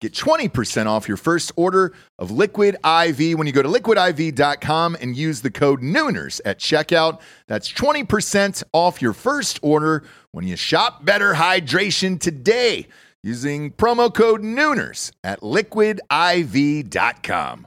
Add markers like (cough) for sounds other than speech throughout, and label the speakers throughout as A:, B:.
A: Get 20% off your first order of Liquid IV when you go to liquidiv.com and use the code Nooners at checkout. That's 20% off your first order when you shop Better Hydration today using promo code Nooners at liquidiv.com.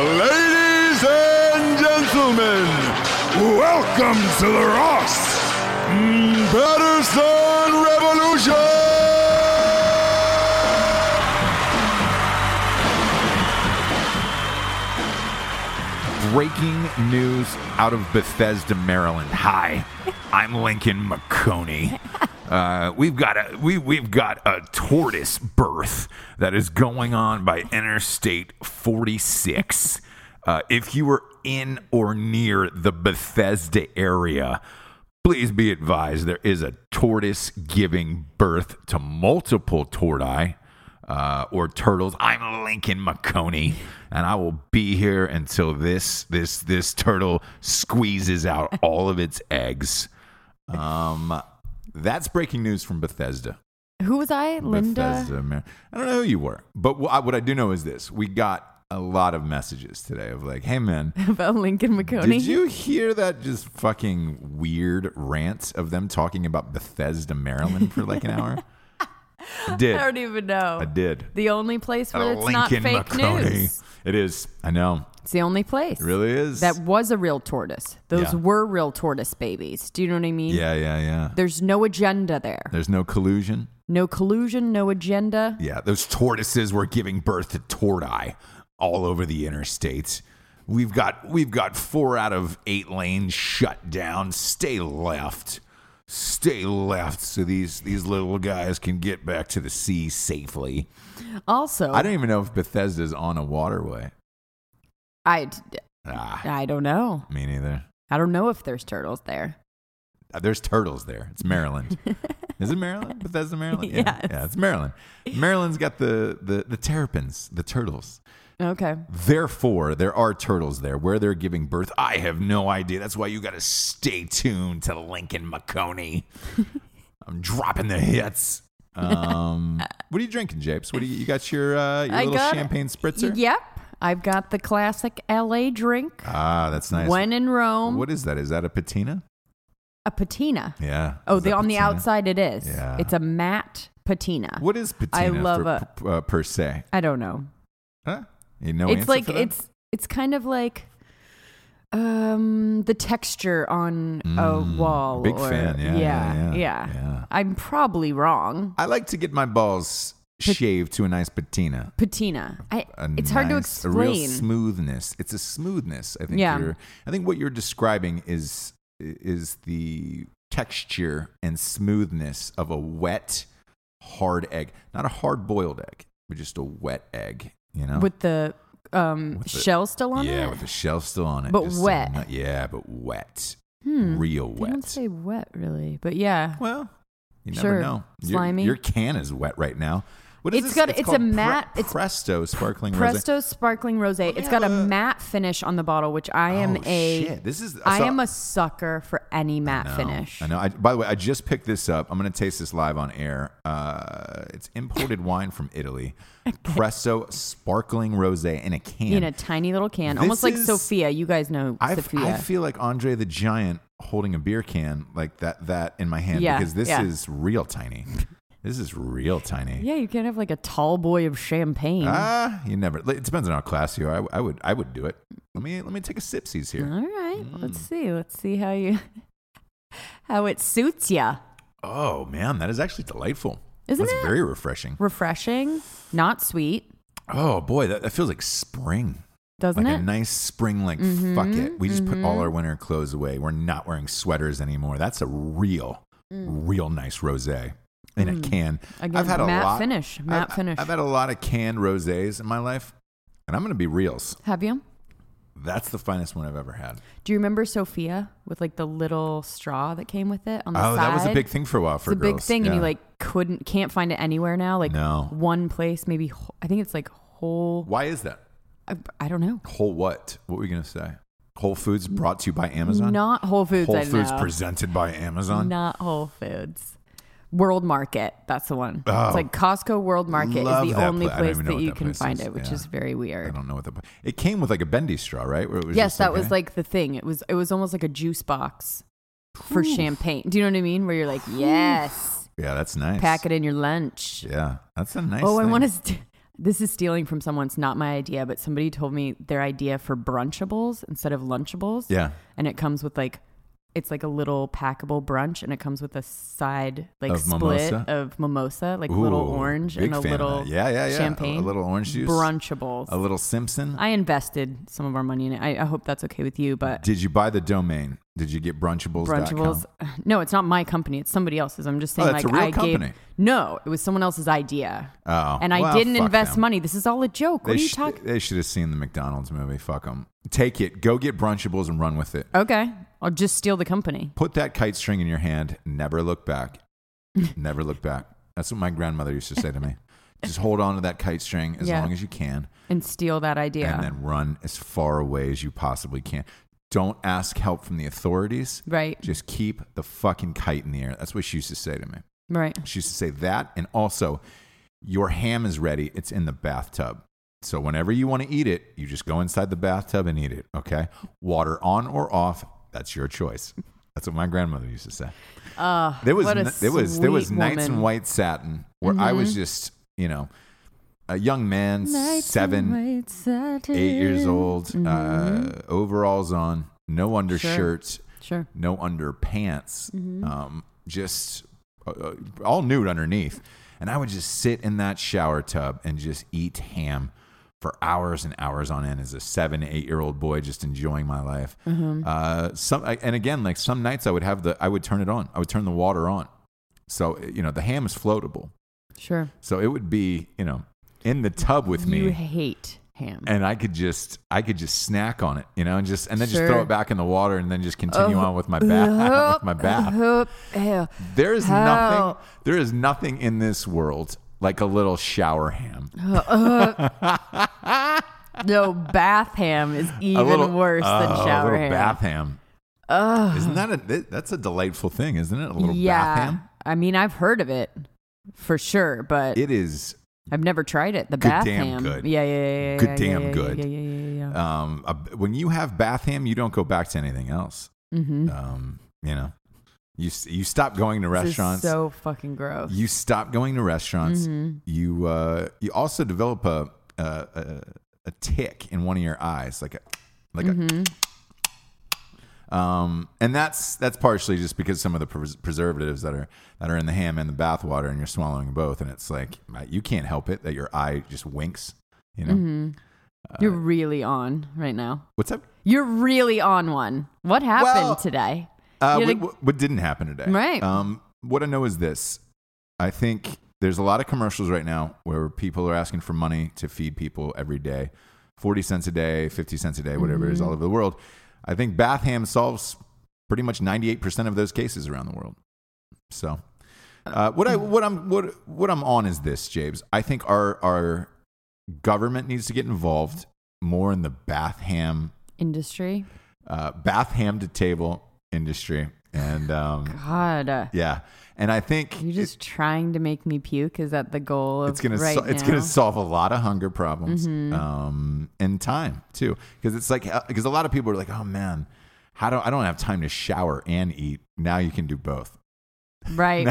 B: Ladies and gentlemen, welcome to the Ross Patterson Revolution! Breaking news out of Bethesda, Maryland. Hi, I'm Lincoln McConey. Uh, we've got a we we've got a tortoise birth that is going on by Interstate 46. Uh, if you are in or near the Bethesda area, please be advised there is a tortoise giving birth to multiple torti uh, or turtles. I'm Lincoln McConey, and I will be here until this this this turtle squeezes
C: (laughs)
B: out all of its eggs. Um, that's breaking news from Bethesda.
C: Who was I? Linda?
B: Bethesda, Mar- I don't know who you were, but wh- I- what I do know is this: we got a lot of messages today of like, "Hey,
C: (laughs)
B: man."
C: About Lincoln McConey.
B: Did you hear that just fucking weird rant of them talking about Bethesda, Maryland for like an
C: (laughs)
B: hour? I did.
C: (laughs) I don't even know.
B: I did.
C: The only place where
B: Uh,
C: it's not fake
B: McConey.
C: news.
B: It is. I know.
C: It's the only place.
B: It really is.
C: That was a real tortoise. Those
B: Yeah.
C: were real tortoise babies. Do you know what I mean?
B: yeah, yeah, yeah.
C: There's no agenda there.
B: There's no collusion.
C: No collusion, no agenda.
B: Yeah, those tortoises were giving birth to torti all over the interstate. We've got we've got four out of eight lanes shut down. Stay left. Stay left so these these little guys can get back to the sea safely.
C: Also,
B: I don't even know if Bethesda's on a waterway.
C: I,
B: Ah,
C: I don't know.
B: me neither.
C: I don't know if there's turtles there.
B: Uh, There's turtles there. It's
C: (laughs)
B: Maryland. Is it Maryland? Bethesda, Maryland. Yeah,
C: Yes.
B: yeah, it's Maryland. Maryland's got the the the terrapins, the turtles.
C: Okay.
B: Therefore, there are turtles there. Where they're giving birth, I have no idea. That's why you got to stay tuned to Lincoln
C: (laughs)
B: McConey. I'm dropping the hits. Um, what are you drinking, Japes? What do you, you got? Your uh, your
C: I
B: little
C: got-
B: champagne spritzer.
C: Yep. I've got the classic LA drink.
B: Ah, that's nice.
C: When in Rome,
B: what is that? Is that a patina?
C: a patina.
B: Yeah.
C: Oh,
B: Is
C: the,
B: that
C: on the
B: patina?
C: outside it is.
B: Yeah.
C: It's a matte patina.
B: What is patina?
C: love
B: for,
C: a-
B: p- uh, per se.
C: I don't know.
B: Huh? You know,
C: it's like it's it's kind of like um the texture on a wall.
B: Mm. big
C: or-
B: fan. Yeah, yeah,
C: yeah,
B: yeah,
C: yeah.
B: yeah.
C: I'm probably wrong.
B: I like to get my balls shaved to a nice patina.
C: Patina. I,
B: a
C: it's hard to
B: nice-
C: explain.
B: A real smoothness. It's a smoothness. I think.
C: Yeah.
B: You're, I think what you're describing is is the texture and smoothness of a wet hard egg, not a hard boiled egg, but just a wet egg. You know,
C: with the um
B: With the-
C: shell still on
B: yeah,
C: it.
B: with the shell still on it,
C: But
B: just
C: wet.
B: not- yeah, but wet,
C: Hmm.
B: real
C: They don't
B: wet.
C: say wet really, but yeah,
B: well, you never
C: Sure.
B: know. Your-
C: Slimy.
B: Your, can is wet right now. What is
C: It's
B: this?
C: got- it's a
B: called Pre-
C: matte- it's
B: Presto sparkling rosé.
C: Presto sparkling rosé. It's got a
B: Yeah.
C: matte finish on the bottle, which I am
B: Oh,
C: a
B: shit. This is
C: I
B: so-
C: am a sucker for any matte
B: I know,
C: finish.
B: I know. I, by the way, I just picked this up. I'm going to taste this live on air. Uh, it's
C: (laughs)
B: imported wine from Italy. Presto sparkling rosé in a can.
C: In a tiny little can,
B: This
C: almost like
B: is-
C: Sophia. You guys know
B: I, f-
C: Sophia.
B: I feel like Andre the Giant holding a beer can like that that in my hand
C: Yeah,
B: because this
C: yeah.
B: is real tiny. This is real tiny.
C: (laughs) yeah, you can't have like a tall boy of champagne.
B: Ah, you never. It depends on how classy you are. I, I would I would do it. Let me let me take a sipsies here.
C: All right,
B: Mm.
C: let's see. Let's see how you (laughs) how it suits ya.
B: Oh man, that is actually delightful.
C: Isn't
B: That's
C: it?
B: very refreshing.
C: Refreshing, not sweet,
B: Oh boy, that, that feels like spring.
C: doesn't
B: like
C: it? Mm-hmm.
B: a nice spring, like fuck it. We just put all our winter clothes away. We're not wearing sweaters anymore. That's a real,
C: Mm.
B: real nice rosé in a can.
C: Again,
B: I've had a
C: Mm. matte
B: lot
C: finish,
B: I've-
C: matte finish.
B: I've had a lot of canned rosés in my life, and I'm gonna be reals.
C: have you?
B: That's the finest one I've ever had.
C: Do you remember Sophia with like the little straw that came with it on the
B: oh,
C: side?
B: that was a big thing for a while
C: It's
B: for
C: a
B: girls.
C: big thing, and you
B: Yeah.
C: like couldn't can't find it anywhere now. Like
B: No.
C: one place, maybe wh- I think it's like whole.
B: Why is that?
C: I, I don't know.
B: Whole what? What were you gonna say? Whole Foods brought to you by Amazon.
C: Not Whole Foods.
B: Whole
C: I
B: Foods
C: know.
B: presented by Amazon.
C: Not Whole Foods. World Market. That's the one.
B: Oh.
C: it's like Costco World Market
B: Love
C: is the
B: that
C: only
B: pla- I don't
C: place
B: even know
C: that
B: what
C: you
B: that
C: can
B: place
C: find
B: is.
C: it, which
B: Yeah.
C: is very
B: I
C: weird.
B: don't know what the it came with like a bendy straw, right? Where it was
C: Yes,
B: just
C: that was
B: hey,
C: like the thing. It was it was almost like a juice box for champagne. Do you know what I mean? Where you're like, yes,
B: yeah, that's nice.
C: pack it in your lunch.
B: Yeah, that's a nice.
C: oh, I
B: thing.
C: want to. St- this is stealing from someone. It's not my idea, but somebody told me their idea for brunchables instead of lunchables.
B: Yeah.
C: and it comes with like it's like a little packable brunch and it comes with a side like
B: Of
C: split
B: mimosa?
C: of mimosa like little
B: Ooh,
C: orange
B: big
C: and a
B: fan of
C: little
B: that. yeah, yeah, yeah. A-
C: champagne
B: a, little orange juice,
C: brunchables
B: a little Simpson.
C: i invested some of our money in it i, I hope that's okay with you but
B: Did you buy the domain? Did you get brunchables?
C: brunchables (sighs) no it's not my company it's somebody else's i'm just saying
B: Oh,
C: like
B: that's a real
C: i
B: company.
C: gave no it was someone else's idea
B: Oh,
C: and i
B: well,
C: didn't
B: fuck
C: invest
B: them.
C: money this is all a joke
B: They
C: what are you
B: sh-
C: talking
B: They should have seen the McDonald's movie. Fuck them. Take it. Go get brunchables and run with it.
C: okay i'll just steal the company
B: Put that kite string in your hand. Never look
C: (laughs)
B: back. Never look back. That's what my grandmother used to say to
C: (laughs)
B: me. Just hold on to that kite string as
C: Yeah.
B: long as you can.
C: and steal that idea
B: and then run as far away as you possibly can. Don't ask help from the authorities.
C: right
B: Just keep the fucking kite in the air. That's what she used to say to me.
C: right
B: She used to say that. And also, your ham is ready, it's in the bathtub. So, whenever you want to eat it, you just go inside the bathtub and eat it. Okay. Water on or off, that's your choice. That's what my grandmother used to say.
C: uh
B: There was,
C: what a
B: n- there was, there was
C: sweet
B: nights in
C: woman. Mm-hmm.
B: white satin where I was just, you know, a young man, seven, eight years old, uh,
C: Mm-hmm.
B: overalls on, no undershirts,
C: Sure.
B: no underpants, um, just uh, uh, all nude underneath. And I would just sit in that shower tub and just eat ham for hours and hours on end as a seven, eight year old boy, just enjoying my life. Uh, some, I- and again, like some nights I would have the, I would turn it on, I would turn the water on. So, you know, the ham is floatable.
C: Sure.
B: So it would be, you know, in the tub with me
C: You hate ham.
B: and (laughs) I could just I could just snack on it, you know, and just and then
C: Sure.
B: just throw it back in the water and then just continue on with my bath (laughs) with my bath.
C: Hope, ew.
B: There is
C: Help.
B: nothing there is nothing in this world like a little shower ham.
C: Oh, No, bath ham is
B: A
C: even
B: little-
C: worse than
B: oh, a
C: shower
B: little
C: ham.
B: bath ham. Isn't that a th- that's a delightful thing, isn't it? A little
C: yeah.
B: bath ham.
C: I mean, I've heard of it for sure, but
B: It is
C: I've never tried it. The
B: Good
C: bath
B: damn
C: ham.
B: good.
C: Yeah, yeah, yeah, yeah.
B: Good
C: yeah,
B: damn
C: yeah, yeah,
B: good.
C: Yeah, yeah, yeah, yeah. yeah.
B: um a, when you have bath ham, you don't go back to anything else.
C: Mhm.
B: Um, you know. You s- you stop going to
C: This is
B: restaurants.
C: so fucking gross.
B: you stop going to restaurants. You uh, you also develop a, a a a tick in one of your eyes, like a like a. Um, and that's that's partially just because some of the pres- preservatives that are that are in the ham and the bathwater, and you're swallowing both, and it's like uh, you can't help it that your eye just winks. You know Uh,
C: You're really on right now.
B: what's up?
C: You're really on one. What happened
B: Well,
C: today?
B: Uh,
C: You
B: what,
C: had a-
B: what- what didn't happen today?
C: Right.
B: Um, what I know is this: I think There's a lot of commercials right now where people are asking for money to feed people every day 40 cents a day, 50 cents a day, whatever it is, all over the world. I think bath ham solves pretty much 98% of those cases around the world. So. Uh, what I what I'm what what I'm on is this, James. I think our our government needs to get involved more in the bath ham
C: Industry.
B: uh, bath ham to table industry, and um,
C: God. uh,
B: yeah, and I think
C: You're
B: it-
C: just trying to make me puke. Is that the goal? Of
B: it's gonna
C: right
B: so- it's
C: now? Mm-hmm.
B: gonna solve a lot of hunger problems um, and time too, because it's like because a lot of people are like, oh man, how do I don't have time to shower and eat? Now you can do both. (laughs)
C: right,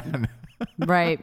C: right.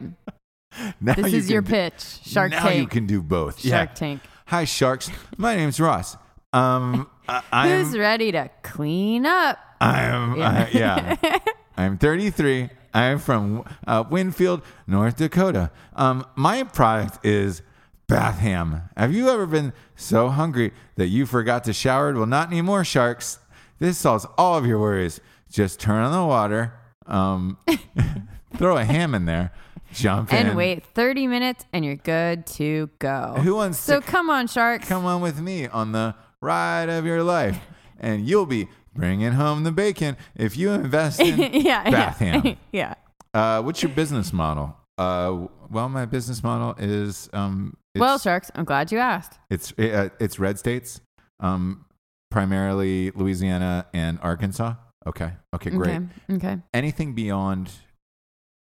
B: Now
C: This
B: you
C: is
B: can
C: your
B: do-
C: pitch, Shark
B: now you
C: Tank.
B: can do both.
C: Shark
B: yeah.
C: Tank.
B: Hi, sharks. My name's Ross.
C: (laughs)
B: Um, I, I'm
C: Who's ready to clean up?
B: I'm uh, yeah.
C: (laughs)
B: I'm 33. I'm from uh, Winfield, North Dakota. Um, my product is bath ham. Have you ever been so hungry that you forgot to shower? Well, not anymore, sharks. This solves all of your worries. Just turn on the water, um, (laughs) throw a ham in there, jump in,
C: And wait 30 minutes and you're good to go.
B: Who wants
C: So
B: to-
C: come on, sharks. (laughs)
B: come on with me on the ride of your life, and you'll be bringing home the bacon if you invest in
C: (laughs) yeah.
B: bath
C: yeah.
B: ham.
C: (laughs) yeah.
B: Uh, what's your business model? Uh, well, my business model is um, it's,
C: Well, sharks, I'm glad you asked.
B: it's uh, it's red states, um, primarily Louisiana and Arkansas. Okay, okay, great.
C: Okay. Okay.
B: Anything beyond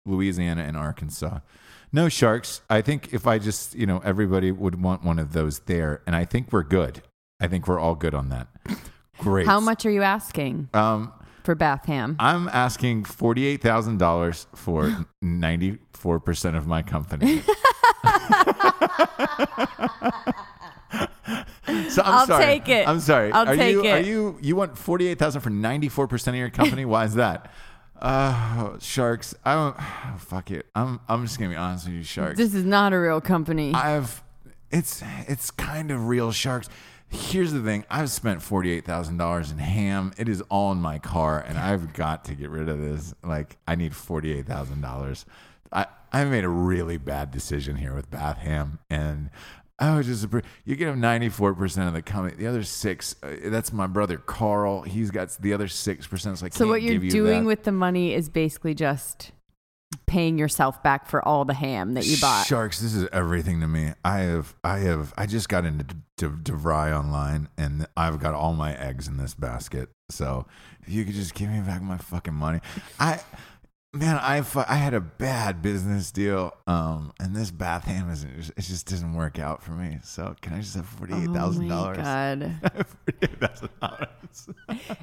B: Louisiana and Arkansas? No sharks. I think if I just you know everybody would want one of those there, and I think we're good. I think we're all good on that. Great.
C: How much are you asking
B: Um,
C: for bath ham?
B: I'm asking forty eight thousand dollars for ninety four percent of my
C: (laughs)
B: company. so I'm
C: I'll
B: sorry.
C: take it.
B: I'm sorry.
C: I'll
B: are
C: take
B: you, Are
C: it.
B: you you want forty eight thousand for ninety four percent of your company? Why is that? Uh, sharks. I don't. (sighs) fuck it. I'm. I'm just gonna be honest with you, sharks.
C: This is not a real company.
B: I've it's it's kind of real sharks. Here's the thing: I've spent forty eight thousand dollars in ham. It is all in my car, and I've got to get rid of this. Like, I need forty eight thousand dollars. I I made a really bad decision here with bath ham, and I was just appre- you get him ninety four percent of the company. The other six, uh, that's my brother Carl. He's got the other six percent. So, I
C: so
B: can't
C: what you're
B: give you
C: doing
B: that.
C: with the money is basically just paying yourself back for all the ham that you bought.
B: Sharks, this is everything to me. I have, I have, I just got into De- DeVry online, and I've got all my eggs in this basket. So if you could just give me back my fucking money, I, man, I, fu- I had a bad business deal, um, and this bath ham is, it just doesn't work out for me. So can I just have forty eight thousand
C: Oh
B: (laughs)
C: my
B: dollars?
C: God.
B: Forty eight thousand dollars.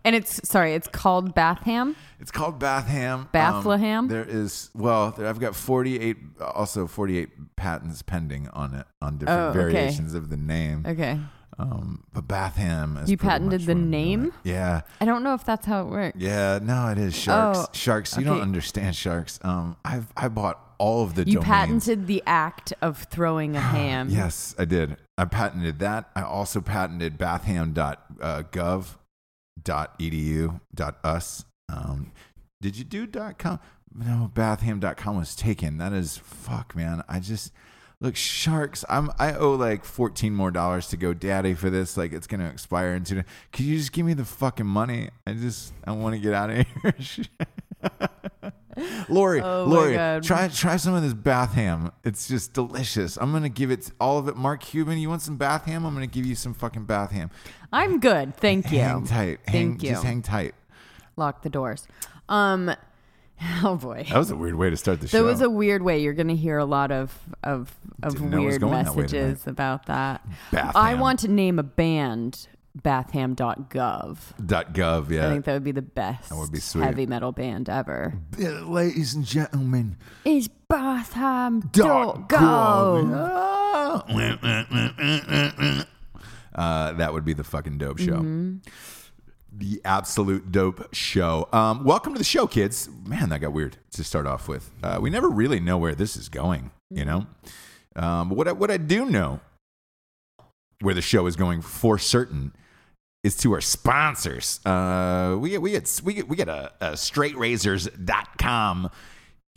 C: And it's sorry, it's called bath ham.
B: It's called Bath Ham.
C: Bath-laham?
B: Um, there is well, there, I've got forty-eight, also forty-eight patents pending on it on different
C: Oh, okay.
B: variations of the name.
C: Okay.
B: Um, but Bath Ham. Is
C: You
B: pretty
C: patented
B: much
C: the
B: what I'm doing.
C: name?
B: Yeah,
C: I don't know if that's how it works.
B: yeah. No, it is sharks.
C: Oh,
B: sharks. You don't
C: okay.
B: understand sharks. Um, I've I bought all of the
C: You
B: domains.
C: patented the act of
B: (gasps)
C: throwing a ham.
B: Yes, I did. I patented that. I also patented bathham.gov, .edu, .us. Um, did you do .com? No, bathham.com was taken. That is fuck, man. I just look sharks. I'm I owe like 14 more dollars to go daddy for this. Like it's going to expire in two. Could you just give me the fucking money? I just I want to get out of here. (laughs) Lori,
C: Oh my
B: Lori,
C: God.
B: try try some of this bath ham. It's just delicious. I'm gonna give it all of it. Mark Cuban, you want some bath ham? I'm gonna give you some fucking bath ham.
C: I'm good. Thank you.
B: Hang tight. Hang,
C: Thank you.
B: Just hang tight.
C: Lock the doors. Um (laughs) oh boy.
B: That was a weird way to start the show.
C: There was a weird way. You're going to hear a lot of of, of
B: Didn't know it was
C: weird
B: going that way
C: messages about that.
B: Bath
C: I
B: ham.
C: want to name a band bathham.gov.
B: .gov. Yeah.
C: I think that would be the best
B: would be sweet.
C: heavy metal band ever.
B: Uh, Ladies and gentlemen,
C: It's bathham.gov.
B: .gov. (laughs) Uh, that would be the fucking dope show. The absolute dope show. Um, welcome to the show, kids. Man, that got weird to start off with. Uh, we never really know where this is going, you know. Um, what I, what I do know where the show is going for certain is to our sponsors. Uh, we get we get we get we get a, a straightrazors.com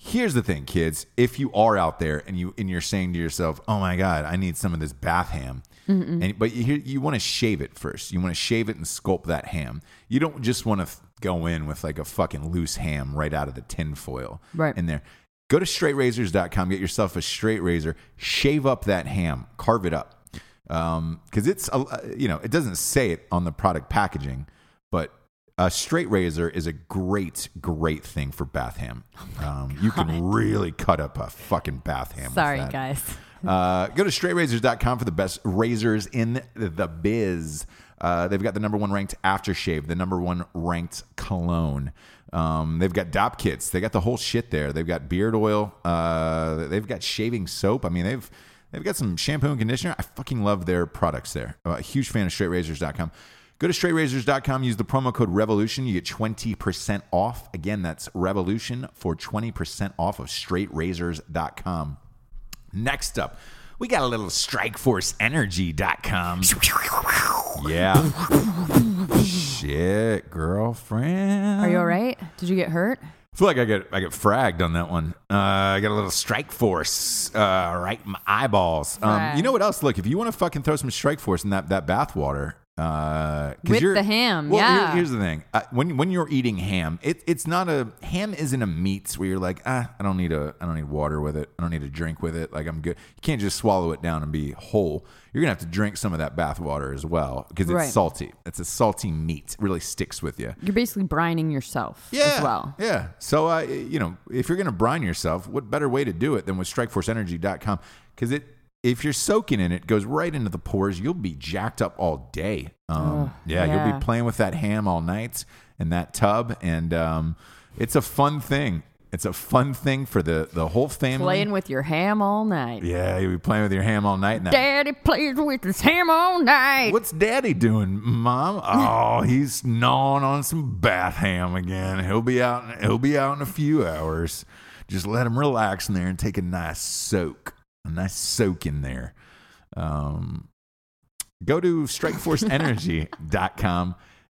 B: Here's the thing, kids. If you are out there and you and you're saying to yourself, "Oh my God, I need some of this bath ham," and but you you want to shave it first. You want to shave it and sculpt that ham. You don't just want to go in with like a fucking loose ham right out of the tinfoil
C: Right.
B: in there. Go to straightrazors.com, get yourself a straight razor, shave up that ham, carve it up. Um, cause it's, a, you know, it doesn't say it on the product packaging, but a straight razor is a great, great thing for bath ham. um, you can really cut up a fucking bath ham. with
C: Sorry,
B: that.
C: guys.
B: Uh, go to straightrazors.com for the best razors in the biz. Uh, they've got the number one ranked aftershave, the number one ranked cologne. Um, they've got dop kits. They got the whole shit there. They've got beard oil. Uh, they've got shaving soap. I mean, they've they've got some shampoo and conditioner. I fucking love their products there. I'm a huge fan of straightrazors.com. Go to straightrazors.com, use the promo code REVOLUTION. You get 20% off. Again, that's REVOLUTION for 20% off of straightrazors.com. Next up, we got a little strikeforceenergy.com. yeah. Shit, girlfriend.
C: Are you all right? Did you get hurt?
B: I feel like I get I get fragged on that one. Uh, I got a little strike force uh, right in my eyeballs. Um, you know what else? Look, if you want to fucking throw some strike force in that that bathwater, uh, 'cause
C: With
B: you're-
C: the ham,
B: Well, here-
C: yeah.
B: here's the thing: uh, when when you're eating ham, it, it's not a ham isn't a meat where you're like, ah, I don't need a I don't need water with it. I don't need a drink with it. Like I'm good. You can't just swallow it down and be whole. You're gonna have to drink some of that bathwater as well because it's
C: Right.
B: salty. It's a salty meat. Really sticks with you
C: You're basically brining yourself
B: yeah,
C: as well.
B: Yeah. So, uh, you know, if you're going to brine yourself, what better way to do it than with strikeforceenergy.com? Because it, if you're soaking in it, it goes right into the pores. You'll be jacked up all day. Um, yeah, you'll
C: Oh, yeah.
B: be playing with that ham all night in that tub. And um, it's a fun thing. It's a fun thing for the, the whole family.
C: Playing with your ham all night.
B: yeah, you'll be playing with your ham all night. And that
C: Daddy plays with his ham all night.
B: What's daddy doing, mom? Oh, he's gnawing on some bath ham again. He'll be out he'll be out in a few hours. Just let him relax in there and take a nice soak. A nice soak in there. Um, go to strikeforceenergy.com.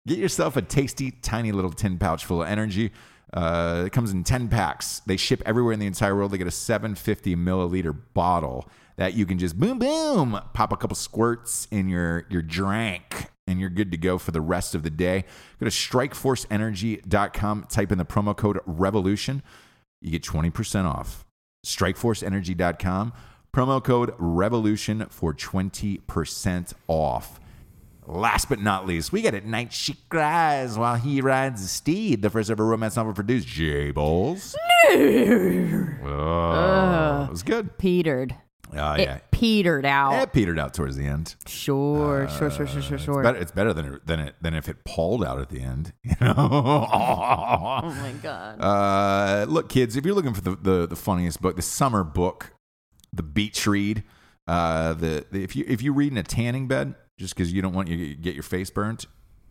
B: Get yourself a tasty, tiny little tin pouch full of energy. Uh, it comes in 10 packs. They ship everywhere in the entire world. They get a 750 milliliter bottle that you can just boom, boom, pop a couple squirts in your, your drink, and you're good to go for the rest of the day. Go to strikeforceenergy.com, type in the promo code REVOLUTION. You get 20% off strikeforceenergy.com. Promo code REVOLUTION for 20% off. Last but not least, we got At Night She Cries While He Rides a Steed, the first ever romance novel produced. J Bowles. Oh, it was good.
C: Petered.
B: Oh,
C: It
B: yeah.
C: petered out.
B: It petered out towards the end.
C: Sure, sure, sure, sure,
B: Uh,
C: sure,
B: It's
C: sure.
B: better, it's better than, it, than, it, than if it palled out at the end. (laughs) You know?
C: Oh my god.
B: Uh, look, kids, if you're looking for the, the, the funniest book, the summer book, the beach read, uh, the, the if you if you read in a tanning bed just because you don't want you get your face burnt,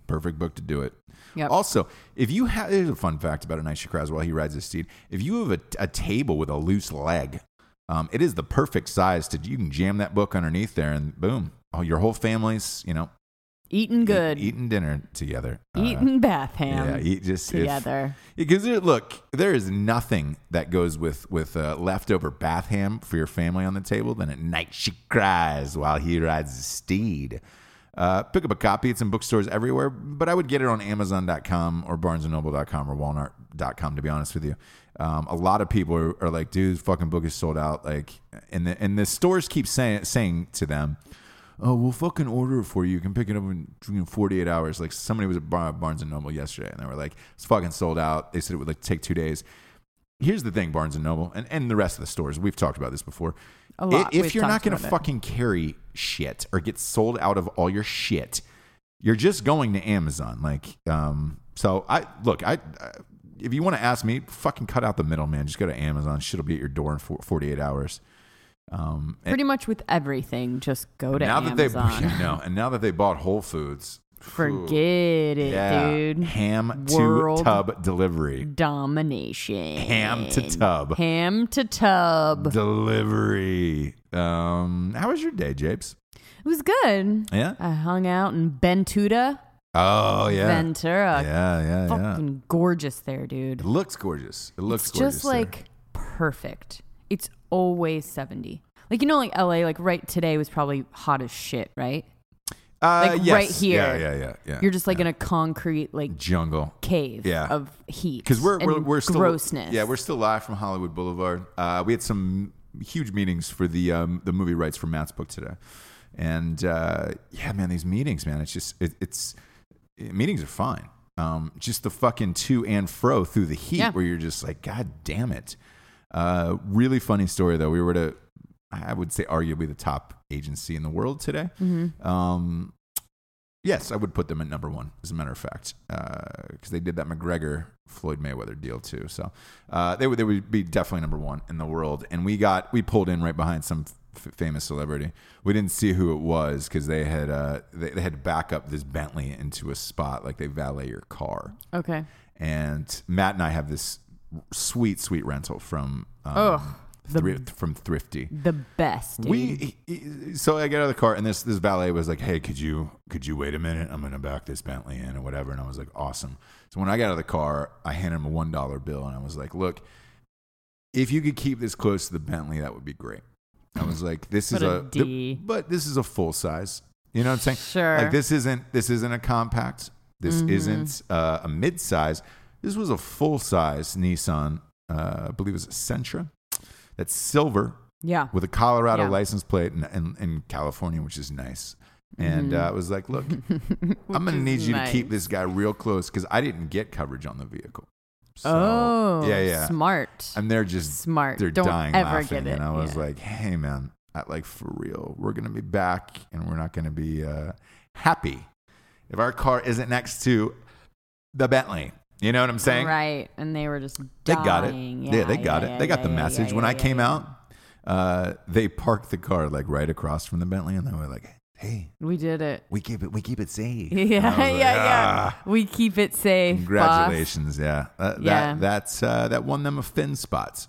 B: perfect book to do it.
C: Yep.
B: Also, if you have here's a fun fact about a nice Krause while he rides his steed. If you have a, a table with a loose leg, um, it is the perfect size to you can jam that book underneath there and boom, oh your whole family's you know
C: Eating
B: eat-
C: good.
B: eating dinner together. Uh,
C: Eating bath ham.
B: yeah, eat just if-
C: together.
B: because there- look, there is nothing that goes with with uh, leftover bath ham for your family on the table than at night she cries while he rides his steed. Uh, pick up a copy; it's in bookstores everywhere. But I would get it on Amazon.com or BarnesandNoble.com or Walmart.com. To be honest with you, um, a lot of people are, are like, "Dude, this fucking book is sold out!" Like, and the and the stores keep saying saying to them, oh, we'll fucking order it for you. You can pick it up in you know, 48 hours. Like somebody was at Bar- Barnes and Noble yesterday and they were like, it's fucking sold out. They said it would like take two days. Here's the thing, Barnes and Noble and, and the rest of the stores. We've talked about this before.
C: A lot.
B: I- If,
C: We've
B: you're not
C: talked
B: going to
C: about it.
B: fucking carry shit or get sold out of all your shit, you're just going to Amazon. Like, um, so I look, I, I if you want to ask me, fucking cut out the middleman. Just go to Amazon. Shit'll be at your door in four, 48 hours. Um, and-
C: Pretty much with everything, just go to
B: now
C: Amazon.
B: that they (laughs) yeah, no, and now that they bought Whole Foods, phew,
C: Forget it,
B: yeah.
C: dude.
B: ham to
C: World
B: tub delivery,
C: Domination.
B: ham to tub
C: Ham to tub.
B: delivery. Um, how was your day, Japes?
C: It was good.
B: Yeah.
C: I hung out in Bentuda,
B: Oh yeah,
C: Ventura.
B: yeah, yeah, yeah.
C: Fucking gorgeous there, dude.
B: It looks gorgeous. It looks
C: it's
B: gorgeous
C: just
B: there.
C: like perfect. It's always 70. Like, you know, like LA, like right today was probably hot as shit, right?
B: Uh,
C: Like
B: yes.
C: right here.
B: Yeah, yeah, yeah. yeah.
C: You're just like in a concrete, like
B: jungle.
C: cave
B: Yeah.
C: of heat.
B: because we're
C: and
B: we're, we're still
C: grossness.
B: Yeah, we're still live from Hollywood Boulevard. Uh, we had some huge meetings for the um, the movie rights for Matt's book today, and uh, yeah, man, these meetings, man, it's just it, it's meetings are fine. Um, just the fucking to and fro through the heat,
C: Yeah.
B: where you're just like, God damn it. Uh, really funny story though. We were to, I would say, arguably the top agency in the world today.
C: Mm-hmm.
B: Um, Yes, I would put them at number one, as a matter of fact, because they did that McGregor Floyd Mayweather deal too. So uh, they would they would be definitely number one in the world. And we got we pulled in right behind some f- famous celebrity. We didn't see who it was because they had uh, they, they had to back up this Bentley into a spot like they valet your car.
C: Okay.
B: And Matt and I have this sweet sweet rental from um, thrift, from Thrifty.
C: The best. dude.
B: We he- he- so I get out of the car and this this valet was like, "Hey, could you could you wait a minute? I'm gonna back this Bentley in or whatever." And I was like, "Awesome." So when I got out of the car, I handed him a one dollar bill and I was like, "Look, if you could keep this close to the Bentley, that would be great." I was like, "This is
C: What a
B: a,
C: D.
B: but this is a full size." You know what I'm saying?
C: Sure. Mm-hmm.
B: Like this isn't this isn't a compact. This isn't uh, a mid size. This was a full size Nissan. Uh, I believe it was a Sentra. That's silver
C: yeah.
B: with a Colorado
C: Yeah.
B: license plate in, in, in California, which is nice. And
C: Mm-hmm.
B: uh, I was like,
C: (laughs)
B: look, (laughs) I'm going to need you to keep this guy real close because I didn't get coverage on the vehicle. So,
C: oh.
B: yeah, yeah.
C: Smart.
B: And they're just
C: Smart.
B: They're
C: Don't
B: dying
C: ever
B: laughing.
C: get it.
B: And I was
C: Yeah.
B: like, hey, man, I, like for real, we're going to be back and we're not going to be uh, happy if our car isn't next to the Bentley. You know what I'm saying?
C: Right. And they were just
B: They
C: dying.
B: got it. Yeah, they got
C: yeah,
B: it. They got
C: yeah,
B: the
C: yeah,
B: message.
C: yeah,
B: when I
C: yeah,
B: came
C: yeah.
B: out, uh, they parked the car like right across from the Bentley, and they were like, "Hey,
C: We did it. (laughs)
B: we keep it, we keep it safe."
C: Yeah,
B: And I was
C: yeah,
B: like,
C: yeah.
B: "Ah,
C: We keep it safe. boss."
B: Congratulations, yeah. That, that-
C: Yeah.
B: that's uh, that won them a fin spots.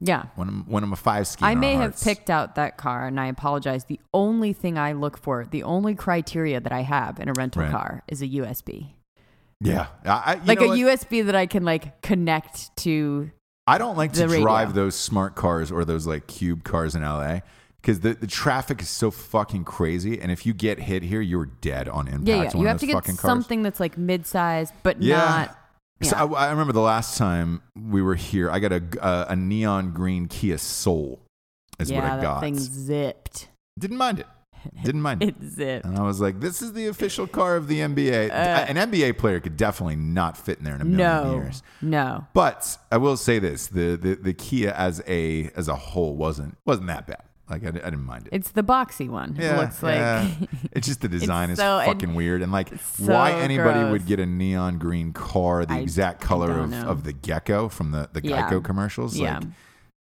C: Yeah.
B: Won them, won them a five ski.
C: I
B: in our
C: may have
B: hearts.
C: picked out that car and I apologize. The only thing I look for, the only criteria that I have in a rental
B: Right.
C: car is a USB.
B: Yeah, I, I, you
C: like
B: know
C: a
B: what?
C: USB that I can like connect to
B: I don't like to
C: the radio.
B: drive those smart cars or those like cube cars in LA because the, the traffic is so fucking crazy. And if you get hit here, you're dead on impact.
C: Yeah,
B: on
C: yeah.
B: one
C: You
B: of
C: have to
B: those
C: get
B: fucking cars.
C: something that's like mid-size but not
B: So
C: yeah.
B: I, I remember the last time we were here, I got a a, a neon green Kia Soul. Is
C: yeah,
B: what I
C: that
B: got.
C: thing zipped. (laughs)
B: Didn't mind it. Didn't mind it.
C: It Uh, zipped.
B: And I was like, "This is the official car of the NBA." An NBA player could definitely not fit in there in a million
C: No.
B: years.
C: No.
B: But I will say this: the, the the Kia as a as a whole wasn't wasn't that bad. Like I, I didn't mind it.
C: It's the boxy one. it looks like (laughs)
B: it's just the design is
C: so-
B: fucking
C: and-
B: weird and like
C: so
B: why anybody
C: gross.
B: would get a neon green car the
C: I-
B: exact
C: I
B: color
C: don't
B: of,
C: know.
B: of the gecko from the, the
C: Yeah.
B: geico commercials
C: Yeah.
B: like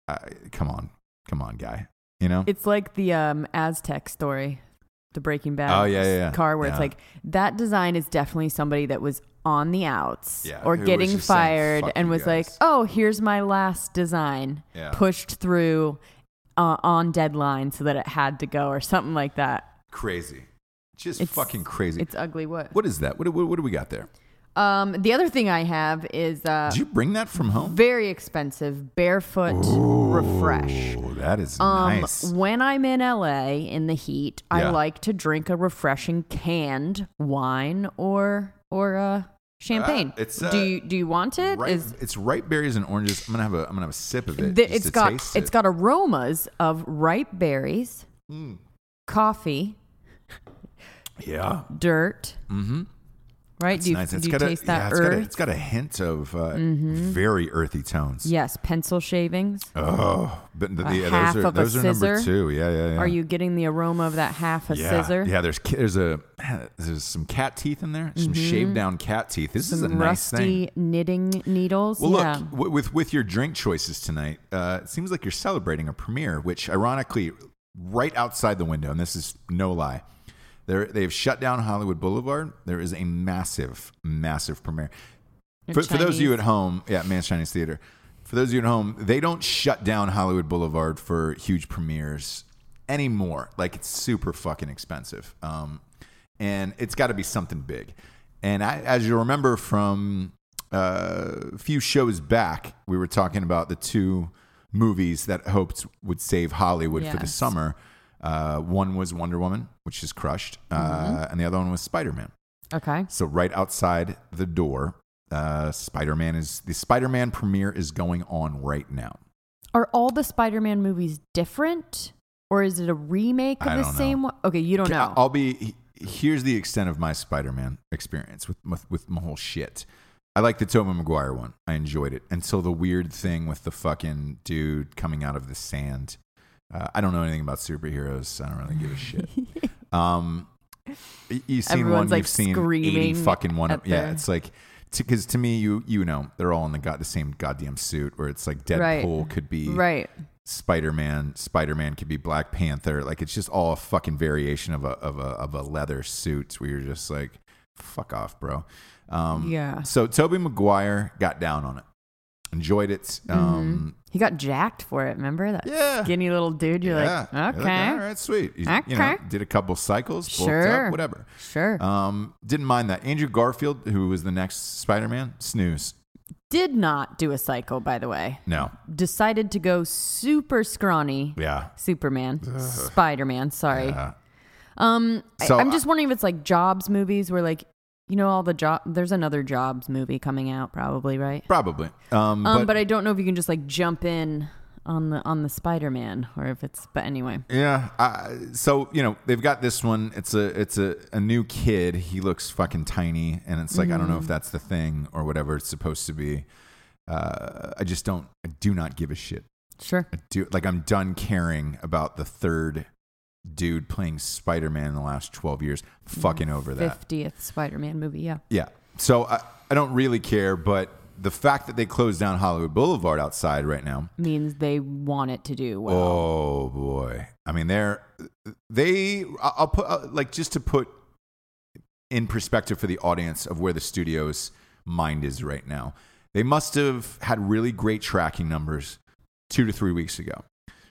B: uh, come on come on guy you know
C: It's like the um, Aztec story, the Breaking Bad
B: Oh, yeah, yeah, yeah.
C: car, where
B: Yeah.
C: it's like that design is definitely somebody that was on the outs
B: Yeah,
C: or
B: who was
C: getting
B: just saying,
C: fired
B: "Fuck
C: and
B: you
C: was like,
B: guys."
C: oh, here's my last design
B: Yeah.
C: pushed through uh, on deadline so that it had to go or something like that.
B: crazy just
C: It's
B: fucking crazy
C: It's ugly. What?
B: what is that what, what, what do we got there
C: Um, the other thing I have is uh,
B: did you bring that from home
C: very expensive barefoot refresh.
B: oh that is
C: Um,
B: nice
C: when I'm in LA in the heat, I
B: Yeah.
C: like to drink a refreshing canned wine or or uh, champagne.
B: Ah, it's, uh,
C: do you do you want it?
B: Ripe-
C: Is-
B: it's ripe berries and oranges i'm gonna have a i'm gonna have a sip of it
C: the-
B: just
C: it's
B: to
C: got
B: taste
C: has
B: it.
C: got aromas of ripe berries,
B: Mm.
C: coffee,
B: yeah
C: dirt. Mm-hmm. Right?
B: It's
C: do you,
B: nice. It's
C: do you
B: got a,
C: taste that
B: yeah, it's got a-
C: earth? Mm-hmm.
B: it's got a hint of uh, very earthy tones.
C: yes, pencil shavings.
B: Oh, but the,
C: A
B: yeah,
C: half
B: those are,
C: of a
B: those are number
C: scissor?
B: two. Yeah, yeah, yeah.
C: Are you getting the aroma of that half a
B: yeah.
C: scissor?
B: Yeah, there's ki- there's a (clears throat) there's some cat teeth in there, some shaved down cat teeth. This is a nice
C: Mm-hmm. Rusty
B: thing.
C: knitting needles.
B: Well,
C: yeah.
B: look w- with with your drink choices tonight. Uh, it seems like you're celebrating a premiere, which ironically, right outside the window, and this is no lie. They're, they have shut down Hollywood Boulevard. There is a massive, massive premiere.
C: They're
B: for, for those of you
C: Chinese.
B: at home, yeah, Man's Chinese Theater. For those of you at home, they don't shut down Hollywood Boulevard for huge premieres anymore. Like it's super fucking expensive, um, and it's got to be something big. And I, as you remember from uh, a few shows back, we were talking about the two movies that hoped would save Hollywood for the
C: Yes.
B: summer. Uh, one was Wonder Woman, which is crushed,
C: Mm-hmm.
B: uh, and the other one was Spider Man.
C: Okay.
B: So right outside the door, uh, Spider Man is the Spider Man premiere is going on right now.
C: Are all the Spider-Man movies different, or is it a remake of
B: I
C: the
B: don't know. oh,
C: same one? Okay, you don't
B: Okay,
C: know.
B: I'll be. Here's the extent of my Spider-Man experience with with, with my whole shit. I like the Tobey Maguire one. I enjoyed it until the weird thing with the fucking dude coming out of the sand. Uh, I don't know anything about superheroes. so I don't really give a
C: (laughs)
B: shit. um, y- you've seen one,
C: Everyone's, like,
B: you've seen eighty
C: screaming
B: fucking one.
C: at
B: yeah,
C: the-
B: it's like because to me, you you know, they're all in the god the same goddamn suit. Where it's like
C: Right.
B: Deadpool could be
C: right.
B: Spider Man. Spider Man could be Black Panther. Like it's just all a fucking variation of a of a of a leather suit where you're just like, fuck off, bro. Um,
C: Yeah.
B: So Toby Maguire got down on it, enjoyed it.
C: Mm-hmm.
B: Um,
C: He got jacked for it. Remember that
B: Yeah.
C: skinny little dude? You're
B: yeah.
C: like,
B: You're
C: okay,
B: all right, sweet. You, you know,
C: Okay.
B: did a couple cycles, bulked
C: Sure.
B: up, whatever.
C: sure.
B: Um, didn't mind that. Andrew Garfield, who was the next Spider Man, snooze.
C: Did not do a cycle, by the way.
B: No,
C: Decided to go super scrawny.
B: yeah.
C: Superman, Spider Man. Sorry.
B: Yeah.
C: Um,
B: So uh,
C: I, am
B: I-
C: just wondering if it's like Jobs movies where like you know all the job. There's another Jobs movie coming out probably, right?
B: Probably. Um,
C: Um,
B: but,
C: but, I don't know if you can just like jump in on the on the Spider Man or if it's. But anyway,
B: Yeah. I, so you know they've got this one. It's a it's a, a new kid. He looks fucking tiny, and it's like I don't know if that's the thing or whatever it's supposed to be. Uh, I just don't. I do not give a shit.
C: sure.
B: I do like I'm done caring about the third dude playing Spider Man in the last twelve years. Fucking over that.
C: Fiftieth Spider Man movie. Yeah.
B: Yeah. So I, I don't really care, but the fact that they closed down Hollywood Boulevard outside right now.
C: means they want it to do well.
B: Oh boy! I mean, they're they. I'll I'll put uh, like just to put in perspective for the audience of where the studio's mind is right now. They must have had really great tracking numbers two to three weeks ago.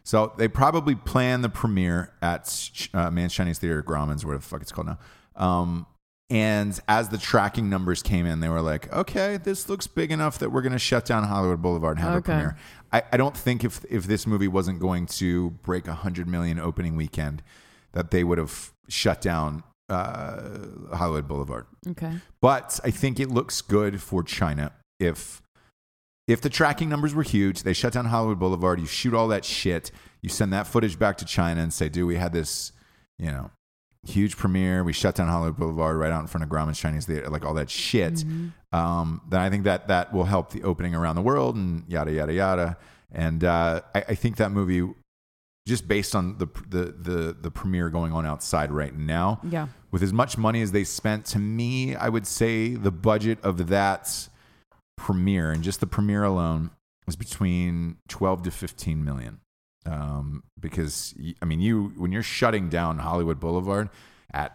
B: So they probably planned the premiere at uh, Man's Chinese Theater, Grauman's, whatever the fuck it's called now. Um, and as the tracking numbers came in, they were like, okay, this looks big enough that we're going to shut down Hollywood Boulevard and have
C: Okay.
B: a premiere. I, I don't think if, if this movie wasn't going to break 100 million opening weekend, that they would have shut down uh, Hollywood Boulevard.
C: Okay.
B: But I think it looks good for China if if the tracking numbers were huge, they shut down Hollywood Boulevard, you shoot all that shit, you send that footage back to China and say, dude, we had this, you know, huge premiere, we shut down Hollywood Boulevard right out in front of Grauman's Chinese Theater, like all that shit. Um, then I think that that will help the opening around the world and yada yada yada. And uh, I, I think that movie, just based on the, the the the premiere going on outside right now,
C: Yeah.
B: with as much money as they spent, to me, I would say the budget of that premiere and just the premiere alone was between 12 to 15 million. Um, because y- I mean, you when you're shutting down Hollywood Boulevard at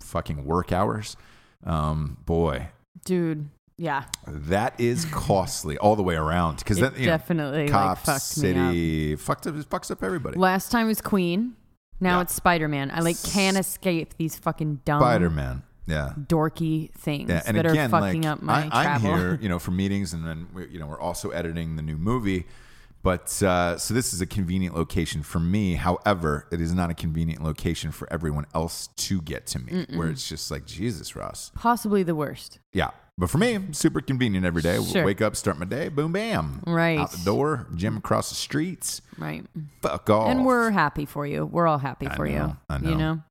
B: fucking work hours, um, boy,
C: Dude. Yeah.
B: that
C: (laughs)
B: is costly all the way around. Because
C: It
B: that you know,
C: definitely, like,
B: cops,
C: fucked me
B: city, fucked up, fucks up everybody.
C: Last time was Queen. Now
B: Yeah.
C: it's Spider Man. I like can't escape these fucking dumb
B: Spider Man, yeah.
C: dorky things
B: Yeah, and
C: that
B: again,
C: are fucking
B: like,
C: up my
B: I,
C: travel.
B: I'm
C: (laughs)
B: here, you know, for meetings, and then we're, you know we're also editing the new movie. But uh, so this is a convenient location for me. However, it is not a convenient location for everyone else to get to me. Where it's just like Jesus, Ross.
C: Possibly the worst.
B: Yeah, but for me, super convenient every day.
C: Sure.
B: Wake up, start my day, boom, bam,
C: Right.
B: out the door, gym across the streets.
C: Right.
B: Fuck off.
C: And we're happy for you. We're all happy for you.
B: know, I know.
C: You know?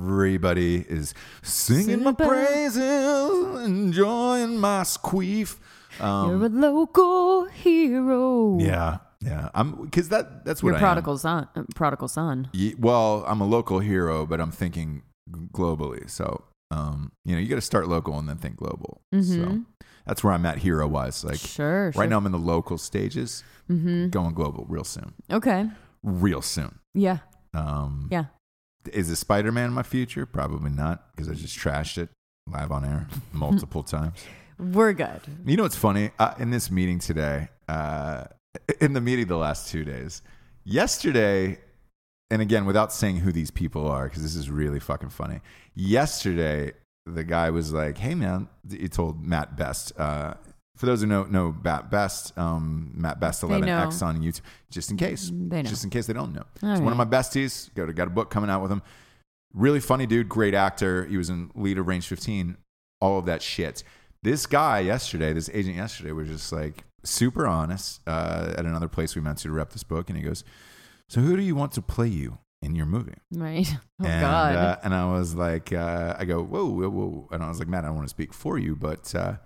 B: Everybody is singing my
C: Super.
B: praises, enjoying my squeef. Um,
C: You're a local hero.
B: Yeah, yeah. I'm because that that's what
C: Your
B: I
C: prodigal son uh, prodigal son.
B: Am. Ye- Well, I'm a local hero, but I'm thinking g- globally. So, um, you know, you got to start local and then think global. So that's where I'm at hero wise. Like
C: Mm-hmm. Sure. Mm-hmm.
B: right now, I'm in the local stages, going global real soon,
C: Okay.
B: real soon.
C: Yeah.
B: Um,
C: Yeah.
B: Is this Spider Man my future? Probably not because I just trashed it live on air (laughs) multiple times.
C: We're good.
B: You know what's funny? Uh, in this meeting today, uh, in the meeting the last two days, yesterday, and again, without saying who these people are, because this is really fucking funny. Yesterday, the guy was like, hey, man, he told Matt Best, uh, For those who know know Matt Best, um, Matt Best eleven X
C: know.
B: on YouTube, just in case,
C: They know.
B: just in case they don't know. It's
C: All
B: one of my
C: right.
B: besties. Got a, got a book coming out with him. Really funny dude, great actor. He was in lead of Range Fifteen. All of that shit. This guy yesterday, this agent yesterday, was just like super honest uh, at another place we met to rep this book, and he goes, "So who do you want to play you in your movie?"
C: Right. (laughs) Oh
B: and,
C: God.
B: Uh, and I was like, uh, I go, whoa, whoa, whoa. And I was like, Matt, I don't want to speak for you, but, uh,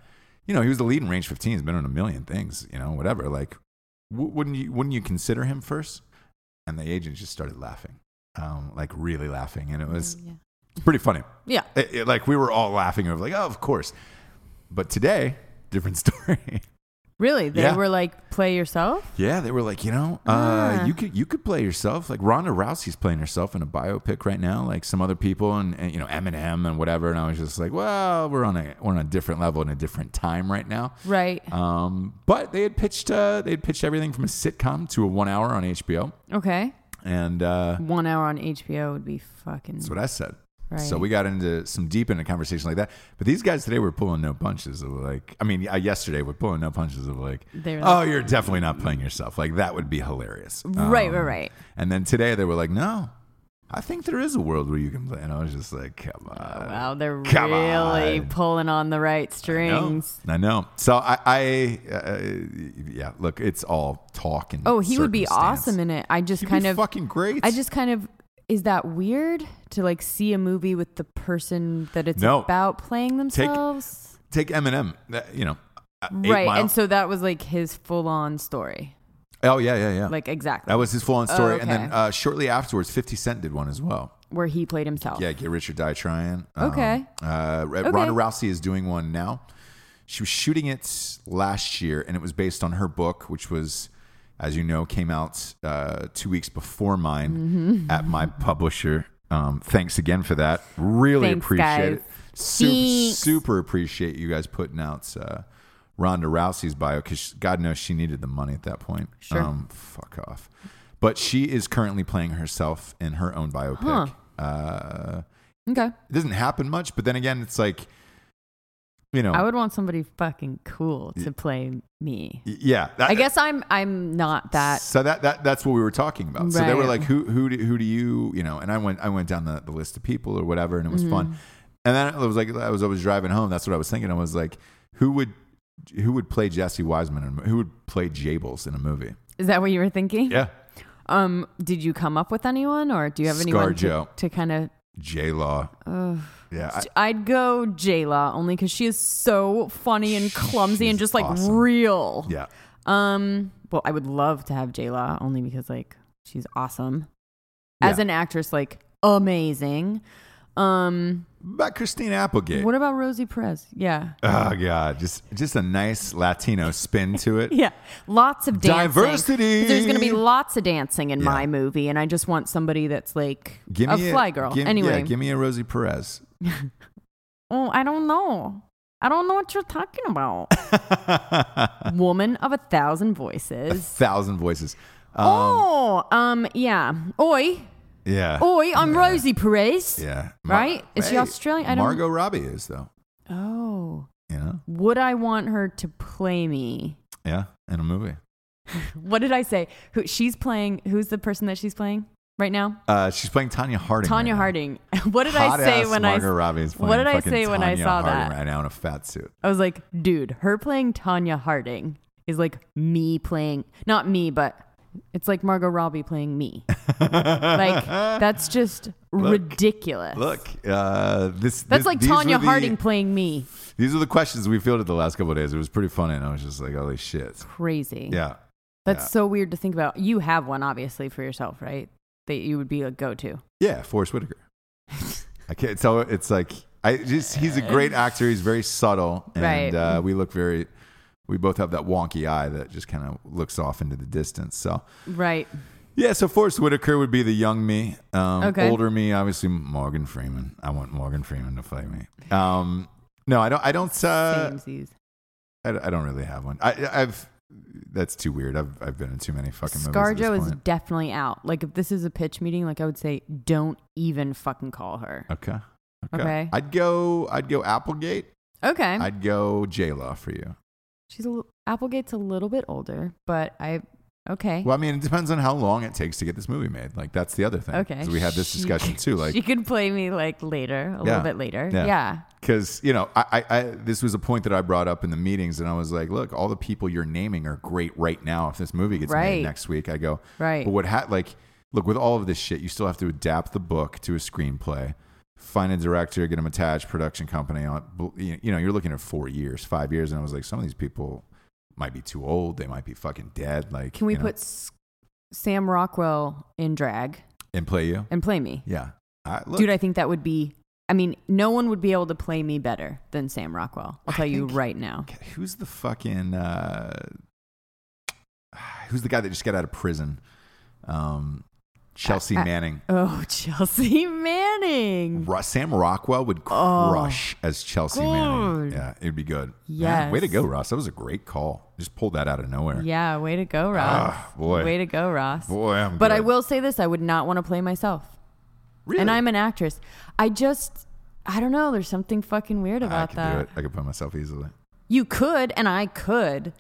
B: you know, he was the lead in Range 15. He's been in a million things, you know, whatever. Like, w- wouldn't, you, wouldn't you consider him first? And the agent just started laughing, um, like really laughing. And it was
C: yeah.
B: pretty funny.
C: Yeah.
B: It- it- like, we were all laughing over, like, oh, of course. But today, different (laughs) story.
C: Really? They
B: Yeah.
C: were like, play yourself?
B: Yeah, they were like, you know, uh,
C: Ah.
B: you could you could play yourself. Like Ronda Rousey's playing herself in a biopic right now, like some other people, and, and you know Eminem and whatever. And I was just like, well, we're on a we're on a different level in a different time right now.
C: Right.
B: Um, but they had pitched uh, they had pitched everything from a sitcom to a one hour on HBO,
C: Okay.
B: and uh,
C: One hour on HBO would be fucking.
B: that's what I said.
C: Right.
B: So we got into some deep into conversation like that. But these guys today were pulling no punches of like, I mean, uh, yesterday were pulling no punches of like,
C: They were like-
B: oh, you're definitely not playing yourself. Like that would be hilarious.
C: Right,
B: Um,
C: right, right.
B: And then today they were like, no, I think there is a world where you can play. And I was just like, come on.
C: Wow, they're
B: uh, Come
C: really
B: on.
C: pulling on the right
B: No,
C: strings.
B: I know. So I, I uh, yeah. Look, it's all talk and.
C: Oh, he would be
B: circumstance.
C: awesome in it. I just
B: He'd
C: kind
B: be
C: of
B: fucking great.
C: I just kind of is that weird to like see a movie with the person that it's
B: No.
C: about playing themselves?
B: take Eminem. uh, You know, uh, Eight
C: right.
B: Mile.
C: And so that was like his full on story.
B: oh yeah, yeah, yeah.
C: Like exactly.
B: That was his full on story.
C: Oh,
B: And then
C: okay.
B: uh, shortly afterwards, 50 Cent did one as well.
C: where he played himself.
B: Yeah, Get Rich or Die Trying.
C: Okay.
B: Uh, R-
C: Okay.
B: Ronda Rousey is doing one now. She was shooting it last year, and it was based on her book, which was, as you know, came out uh, two weeks before mine
C: Mm-hmm.
B: at my publisher. Um, thanks again for that. Really
C: Thanks,
B: appreciate
C: guys.
B: it. Super,
C: Thanks.
B: super appreciate you guys putting out uh, Ronda Rousey's bio because God knows she needed the money at that point.
C: Sure.
B: Um, fuck off. But she is currently playing herself in her own biopic. Uh,
C: Okay.
B: it doesn't happen much, but then again, it's like, you know,
C: I would want somebody fucking cool to play me.
B: y- yeah. that-
C: I guess I'm I'm not that
B: so that, that that's what we were talking about. So they were
C: Right.
B: like, who who do, who do you you know? And I went I went down the, the list of people or whatever, and it
C: Mm-hmm.
B: was fun. And then it was like I was I was driving home. That's what I was thinking. I was like, who would who would play Jesse Wiseman? In, a mo- who would play Jables in a movie?
C: Is that what you were thinking?
B: Yeah,
C: Um did you come up with anyone or do you have anyone to,
B: ScarJo.
C: to kind of
B: J Law. Yeah, I-
C: I'd go J Law only because she is so funny and clumsy and
B: She's
C: just like
B: awesome.
C: real.
B: yeah.
C: Um. Well, I would love to have J Law only because like she's awesome as
B: Yeah.
C: an actress, like amazing. Um.
B: But Christine Applegate.
C: What about Rosie Perez? Yeah. (laughs)
B: oh god, just just a nice Latino spin to
C: (laughs)
B: it.
C: Yeah. Lots of dancing.
B: Diversity.
C: There's going to be lots of dancing in
B: Yeah.
C: my movie, and I just want somebody that's like
B: Give
C: a
B: me
C: fly girl.
B: give-
C: anyway.
B: yeah, give me a Rosie Perez.
C: (laughs) oh, I don't know. I don't know what you're talking
B: (laughs)
C: about. Woman of a thousand
B: a
C: voices.
B: thousand voices. (laughs) Um,
C: oh, um, yeah. Oi,
B: yeah.
C: oi, I'm Rosie Perez.
B: yeah.
C: oh, Right? Is she Australian? I don't-
B: Margot Robbie is though.
C: Oh,
B: You know?
C: would I want her to play me?
B: Yeah, in a movie.
C: What did I say? Who she's playing? Who's the person that she's playing right now?
B: Uh, she's playing Tanya Harding.
C: Tanya
B: right now.
C: Harding. (laughs) what did I
B: Hot
C: say
B: ass
C: when
B: Margot
C: I?
B: Robbie is playing
C: what did I
B: fucking
C: say when I
B: Tanya
C: saw
B: Harding
C: that?
B: Right now in a fat suit.
C: I was like, dude, her playing Tanya Harding is like me playing, not me, but it's like Margot Robbie
B: (laughs)
C: playing me. like that's just ridiculous.
B: Look, uh, this
C: That's
B: this-
C: like
B: these
C: Tanya
B: were the-
C: Harding playing me.
B: These are the questions we fielded the last couple of days. It was pretty funny, and I was just like, "Holy shit!"
C: Crazy.
B: Yeah,
C: That's
B: yeah.
C: so weird to think about. You have one, obviously, for yourself, right? That you would be a go to.
B: Yeah, Forrest Whitaker. I can't tell. It's like I just he's a great actor. He's very subtle, and
C: Right.
B: uh, we look very. We both have that wonky eye that just kind of looks off into the distance. So
C: Right.
B: yeah, so Forrest Whitaker would be the young me. Um,
C: Okay.
B: Older me, obviously Morgan Freeman. I want Morgan Freeman to play me. Um, no, I don't. I don't. Uh,
C: Samesies.
B: I, I don't really have one. I, I've. That's too weird. I've I've been in too many fucking movies. at
C: Scarjo
B: this
C: is
B: point.
C: definitely out. Like if this is a pitch meeting, like I would say, don't even fucking call her.
B: okay.
C: Okay.
B: I'd go. I'd go Applegate.
C: Okay.
B: I'd go J Law for you.
C: She's a l- Applegate's a little bit older, but I okay.
B: Well, I mean, it depends on how long it takes to get this movie made. Like that's the other thing.
C: Okay.
B: 'Cause we had this
C: She-
B: discussion
C: (laughs)
B: too. Like
C: she could play me like later, a little bit later. Yeah.
B: Because you know, I, I, I this was a point that I brought up in the meetings, and I was like, look, all the people you're naming are great right now. If this movie gets made
C: Right.
B: next week, I go
C: Right.
B: But what ha- like look with all of this shit, you still have to adapt the book to a screenplay. Find a director, get them attached, production company. all that bl- You you know, you're looking at four years, five years, and I was like, some of these people might be too old. They might be fucking dead. Like,
C: Can we
B: you know,
C: put S- Sam Rockwell in drag
B: and play you?
C: and play me?
B: Yeah, I, look,
C: Dude, I think that would be I mean, no one would be able to play me better than Sam Rockwell. I'll
B: I
C: tell you
B: think-
C: right now.
B: God, Who's the fucking uh, (sighs) who's the guy that just got out of prison? Um, Chelsea
C: I- I-
B: Manning.
C: Oh, (laughs) Chelsea Manning.
B: Ru- Sam Rockwell would
C: Oh.
B: crush as Chelsea Manning.
C: God.
B: Yeah, it'd be good. Yeah,
C: Yes.
B: way to go, Ross. That was a great call. Just pulled that out of nowhere.
C: Yeah, way to go, Ross.
B: Ah, boy.
C: Way to go, Ross.
B: Boy, I'm
C: But I
B: good.
C: will say this, I would not want to play myself.
B: Really?
C: And I'm an actress. I just I don't know, there's something fucking weird
B: I
C: about
B: could
C: that.
B: do it. I could play myself easily.
C: You could and I could,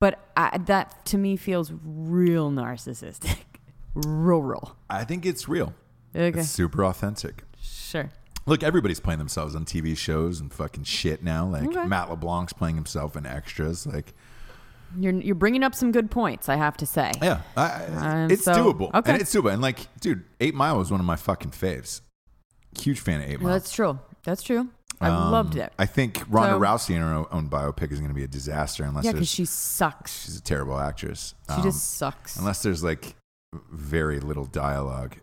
C: but I, that to me feels real narcissistic. (laughs) real real.
B: I think it's real.
C: Okay.
B: It's super authentic.
C: sure.
B: Look, everybody's playing themselves on TV shows and fucking shit now. Like
C: Okay.
B: Matt LeBlanc's playing himself in extras. Like
C: You're you're bringing up some good points, I have to say.
B: Yeah, I, I-
C: Um,
B: it's
C: so-
B: doable.
C: okay.
B: And it's doable. And like, dude, Eight Mile was one of my fucking faves. Huge fan of Eight Mile.
C: That's true. That's true. I
B: Um,
C: loved it.
B: I think Ronda
C: So-
B: Rousey in her own biopic is going to be a disaster unless
C: yeah, because
B: there's,
C: she sucks.
B: she's a terrible actress.
C: She
B: Um,
C: just sucks.
B: unless there's like very little dialogue.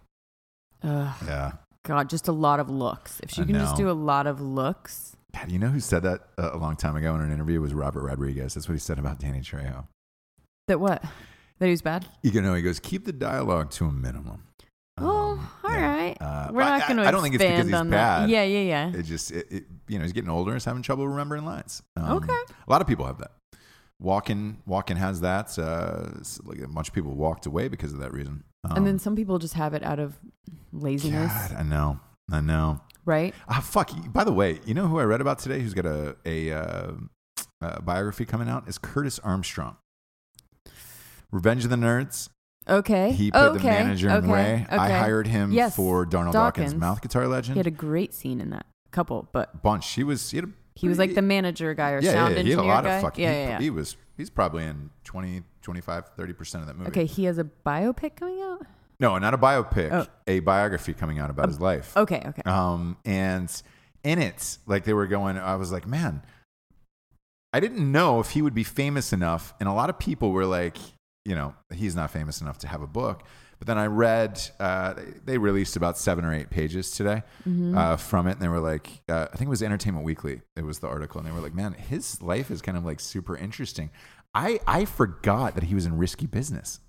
C: Ugh,
B: Yeah.
C: God, just a lot of looks. If she
B: I
C: can just
B: know.
C: do a lot of looks,
B: Pat, you know who said that uh, a long time ago in an interview was Robert Rodriguez. That's what he said about Danny Trejo.
C: that what? That he was bad.
B: You know, he goes, keep the dialogue to a minimum.
C: Well,
B: Um,
C: all
B: yeah.
C: right.
B: Uh,
C: We're
B: but
C: not going to.
B: I, I don't think it's because he's
C: on
B: bad.
C: That. Yeah, yeah, yeah.
B: It just, it, it, you know, he's getting older. He's having trouble remembering lines. Um,
C: Okay.
B: A lot of people have that. Walking, walking has that. Uh, s- like a bunch of people walked away because of that reason. Um,
C: and then some people just have it out of laziness,
B: God, I know, I know.
C: right?
B: Ah, fuck. By the way, you know who I read about today? Who's got a a, uh, uh biography coming out? Is Curtis Armstrong. Revenge of the Nerds.
C: Okay.
B: He played
C: Eh, okay.
B: the manager
C: okay.
B: in Ray.
C: Okay.
B: I hired him
C: Yes.
B: for Darnell Dawkins,
C: Dawkins.
B: mouth guitar legend.
C: He had a great scene in that couple, but
B: bunch. She was. She had a
C: he was like
B: pretty-
C: the manager guy or sound
B: he had
C: engineer
B: a lot
C: guy.
B: of fucking.
C: yeah,
B: he,
C: yeah, yeah.
B: he was. He's probably in 20, 25, 30 percent of that movie.
C: Okay, he has a biopic coming out.
B: No, not a biopic.
C: Oh.
B: A biography coming out about his life.
C: Okay, okay.
B: Um, and in it, like they were going. I was like, man, I didn't know if he would be famous enough. And a lot of people were like, you know, he's not famous enough to have a book. But then I read, uh, they- they released about seven or eight pages today uh, from it. And they were like, uh, I think it was Entertainment Weekly. It was the article. And they were like, man, his life is kind of like super interesting. I, I forgot that he was in risky business.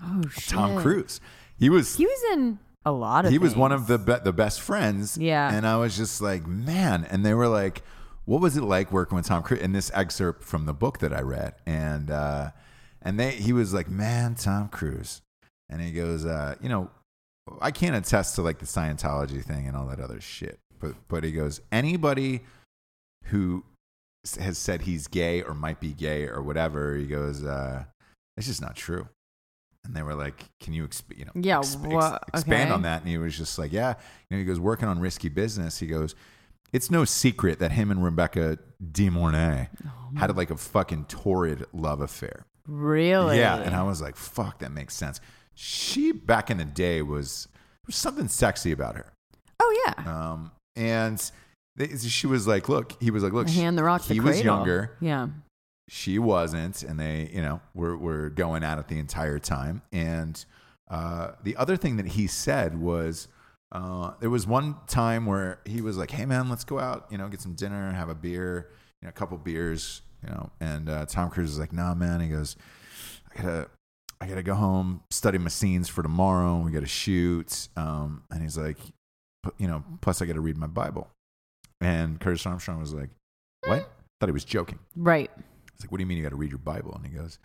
C: oh shit.
B: Tom Cruise. He was
C: He was in a lot of.
B: he was
C: things.
B: one of the be- the best friends.
C: Yeah.
B: and I was just like, man. And they were like, what was it like working with Tom Cruise? And this excerpt from the book that I read, and uh, and they he was like, man, Tom Cruise, and he goes, uh, you know, I can't attest to like the Scientology thing and all that other shit, but but he goes, anybody who s- has said he's gay or might be gay or whatever, he goes, uh, it's just not true. And they were like, "Can you, exp- you know,
C: Yeah, wha-
B: expand
C: okay.
B: on that?" And he was just like, "Yeah." You know, he goes working on risky business. He goes, "It's no secret that him and Rebecca De Mornay
C: Oh
B: had like a fucking torrid love affair."
C: Really?
B: Yeah, and I was like, "Fuck, that makes sense." She back in the day was there was something sexy about her.
C: oh yeah.
B: Um, and they, she was like, look, he was like, look,
C: The
B: she-
C: hand the rock.
B: He
C: the
B: was
C: cradle.
B: younger.
C: Yeah.
B: She wasn't. And they, you know, were, were going at it the entire time. And uh, the other thing that he said was, uh, there was one time where he was like, hey, man, let's go out, you know, get some dinner, have a beer, you know, a couple beers, you know. And uh, Tom Cruise is like, nah, man. He goes, I gotta, I gotta go home, study my scenes for tomorrow. We gotta shoot. Um, and he's like, "P- you know, plus I gotta read my Bible. And Curtis Armstrong was like, what? Thought he was joking.
C: Right.
B: He's like, what do you mean you got to read your Bible? And he goes,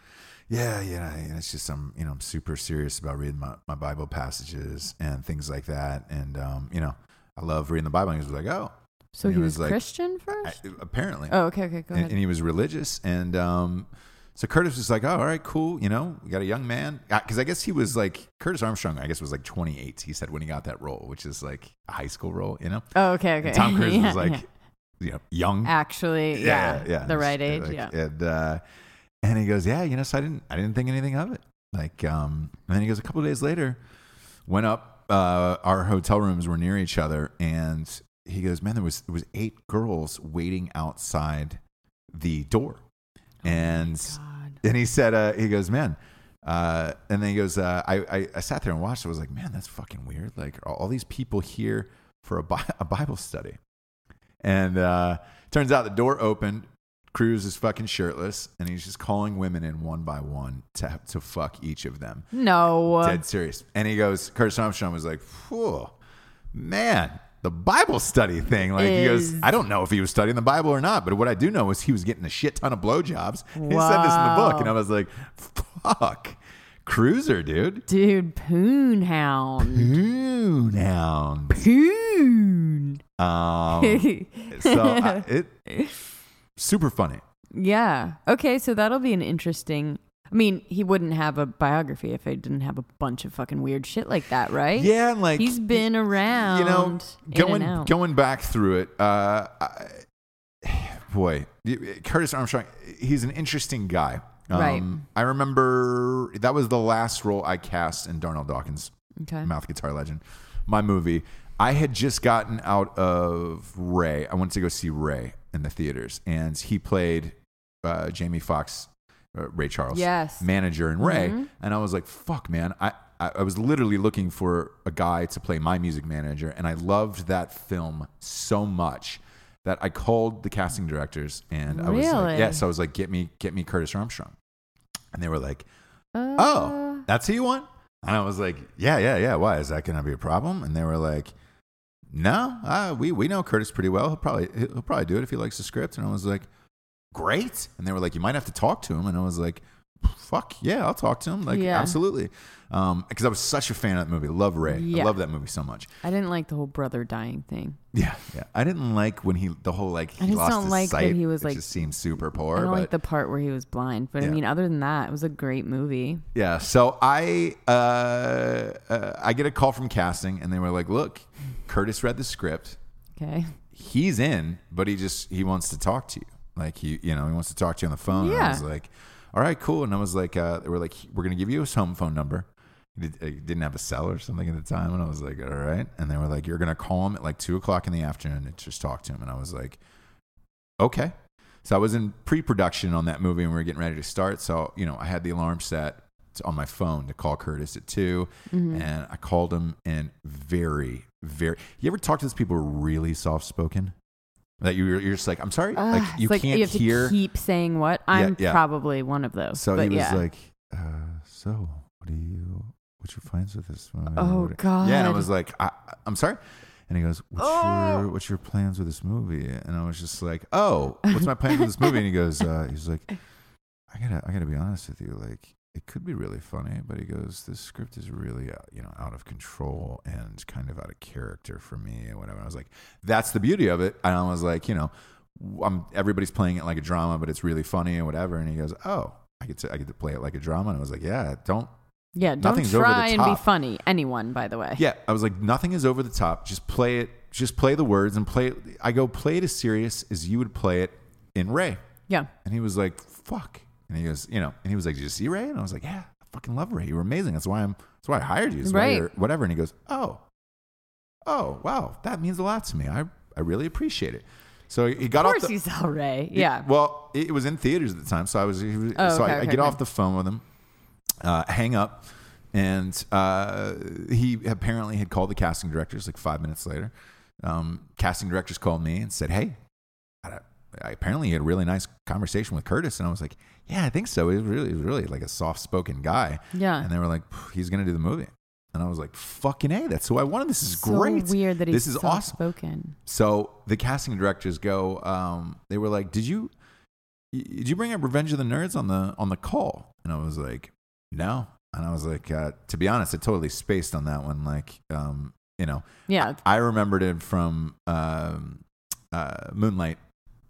B: yeah, yeah, and it's just I'm, you know, I'm super serious about reading my, my Bible passages and things like that. And, um, you know, I love reading the Bible. And he was like, oh,
C: So
B: And
C: he,
B: he
C: was,
B: was like,
C: Christian first?
B: apparently.
C: oh, okay, okay, go
B: and,
C: ahead.
B: and he was religious. And um, so Curtis was like, oh, all right, cool. You know, we got a young man. Because I guess he was like, Curtis Armstrong, I guess, was like 28, he said, when he got that role, which is like a high school role, you know?
C: oh, okay, okay.
B: And Tom
C: (laughs)
B: Cruise
C: Yeah,
B: was like,
C: yeah.
B: you know, young.
C: actually, yeah, the right age,
B: Like,
C: yeah.
B: And, uh, and he goes, yeah, you know, so I didn't, I didn't think anything of it. Like, um, and then he goes, a couple of days later, went up. Uh, our hotel rooms were near each other, and he goes, man, there was there was eight girls waiting outside the door,
C: Oh
B: and
C: God.
B: and he said, uh, he goes, man. Uh, and then he goes, uh, I, I, I sat there and watched. I was like, man, that's fucking weird. Like, are all these people here for a, Bi- (laughs) a Bible study? And uh, turns out the door opened. Cruz is fucking shirtless, and he's just calling women in one by one to, to fuck each of them.
C: No.
B: Dead serious. And he goes, Curtis Armstrong was like, Phew, man, the Bible study thing. Like, he goes,
C: Is-
B: I don't know if he was studying the Bible or not, but what I do know is he was getting a shit ton of blowjobs. He said this in the book,
C: Wow.
B: and I was like, fuck, Cruiser, dude.
C: Dude, Poon Hound.
B: Ooh, now.
C: Poon. (laughs)
B: Um, so I, it, super funny.
C: yeah. Okay, so that'll be an interesting. I mean, he wouldn't have a biography if he didn't have a bunch of fucking weird shit like that, right?
B: Yeah, and like
C: He's been around.
B: you know,
C: in and
B: going
C: out.
B: going back through it. Uh, I, boy, you- Curtis Armstrong, he's an interesting guy. Um,
C: Right.
B: I remember that was the last role I cast in Darnell Dawkins,
C: Okay.
B: mouth guitar legend, my movie. I had just gotten out of Ray. I went to go see Ray in the theaters, and he played uh, Jamie Foxx, uh, Ray Charles,
C: Yes. Mm-hmm.
B: manager in Ray, and I was like, "Fuck, man!" I, I I was literally looking for a guy to play my music manager, and I loved that film so much that I called the casting directors, and I was like,
C: Really?
B: "Yes," I was like, "Get me, get me Curtis Armstrong," and they were like,
C: Uh,
B: "Oh, that's who you want?" And I was like, "Yeah, yeah, yeah. Why is that going to be a problem?" And they were like. No, uh, we we know Curtis pretty well. He'll probably he'll probably do it if he likes the script. And I was like, great. And they were like, you might have to talk to him. And I was like, fuck yeah, I'll talk to him. Like,
C: Yeah.
B: absolutely. Um, because I was such a fan of that movie. Love Ray. I
C: Yeah.
B: love that movie so much.
C: I didn't like the whole brother dying thing.
B: Yeah, yeah. I didn't like when he the whole like he
C: I just
B: lost
C: don't
B: his
C: like that
B: sight.
C: he was,
B: It
C: like-
B: just seemed super
C: I
B: poor.
C: don't
B: but
C: like the part where he was blind, but
B: Yeah.
C: I mean, other than that, it was a great movie.
B: Yeah. So I uh, uh, I get a call from casting, and they were like, look, Curtis read the script.
C: Okay.
B: he's in, but he just he wants to talk to you. Like he, you know, he wants to talk to you on the phone. And I
C: Yeah.
B: was like, all right, cool. And I was like, uh, they were like, we're gonna give you his home phone number. He did- he didn't have a cell or something at the time, and I was like, all right. And they were like, you're gonna call him at like two o'clock in the afternoon and just talk to him. And I was like, okay. So I was in pre-production on that movie, and we were getting ready to start. So you know, I had the alarm set to- on my phone to call Curtis at 2
C: Mm-hmm.
B: and I called him. And very, very, you ever talk to those people who are really soft-spoken? That you're, you're just like, I'm sorry,
C: Ugh,
B: like you
C: Ah, it's like
B: can't
C: you have
B: hear.
C: to keep saying what. I'm
B: yeah.
C: probably one of those.
B: so
C: but
B: he was
C: yeah.
B: like, uh, so what do you, what's your plans with this? movie?
C: Oh,
B: What- Yeah, and I
C: God.
B: was like, I, I'm sorry. And he goes, what's,
C: Oh.
B: your, what's your plans with this movie? And I was just like, oh, what's my plan with this movie? And he goes, uh, he's like, I gotta, I gotta be honest with you. Like, it could be really funny, but he goes, this script is really, uh, you know, out of control and kind of out of character for me and whatever. I was like, that's the beauty of it. And I was like, you know, I'm everybody's playing it like a drama, but it's really funny and whatever. And he goes, oh, I get to, I get to play it like a drama. And I was like, yeah, don't.
C: yeah, don't
B: nothing's over the
C: try and be
B: top.
C: funny. Anyone, by the way.
B: Yeah, I was like, nothing is over the top. Just play it. Just play the words and play it. I go, play it as serious as you would play it in Ray.
C: Yeah.
B: And he was like, fuck. And he goes, you know, and he was like, did you see Ray? And I was like, yeah, I fucking love Ray. You were amazing. That's why I'm, that's why I hired you. That's why
C: Right.
B: you're- Whatever. And he goes, oh, oh, wow. That means a lot to me. I, I really appreciate it. So he got
C: Of
B: off
C: course
B: the,
C: you saw Ray. Yeah.
B: well, it was in theaters at the time, so I was. he was-
C: Oh,
B: so
C: okay,
B: I, I
C: okay,
B: get
C: okay.
B: off the phone with him, uh, hang up, and uh, he apparently had called the casting directors like five minutes later. Um, casting directors called me and said, "Hey, I, I apparently had a really nice conversation with Curtis," and I was like, "Yeah, I think so. He was really, he was really like a soft-spoken guy."
C: Yeah.
B: and they were like, "He's gonna do the movie." And I was like, "Fucking a! That's who I wanted. This is
C: so
B: great.
C: Weird that he's
B: this is awesome."
C: spoken.
B: So the casting directors go, um, they were like, "Did you y- did you bring up Revenge of the Nerds on the on the call?" And I was like, "No." And I was like, uh, "To be honest, I totally spaced on that one. Like, um, you know,
C: Yeah.
B: I remembered it from um, uh, Moonlight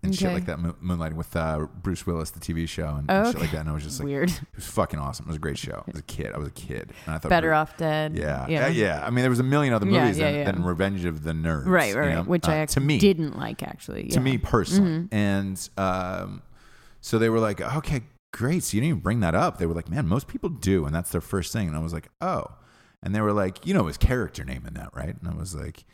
B: and shit
C: Okay.
B: like that. Moon- Moonlighting with uh, Bruce Willis, the TV show, and, and shit like that. And I was just like,
C: Weird.
B: it was fucking awesome. It was a great show. As a kid, I was a kid, and I thought
C: Better
B: Ru-
C: Off Dead.
B: Yeah, yeah, yeah. I mean, there was a million other
C: Yeah,
B: movies
C: yeah,
B: than,
C: yeah.
B: than Revenge of the Nerds,
C: Right,
B: you
C: right.
B: know?
C: right, Which
B: Uh,
C: I
B: to
C: actually
B: me
C: didn't like actually.
B: to
C: yeah.
B: me personally. And um, so they were like, okay, great. So you didn't even bring that up. They were like, man, most people do. And that's their first thing. And I was like, oh. And they were like, you know his character name in that, right? And I was like,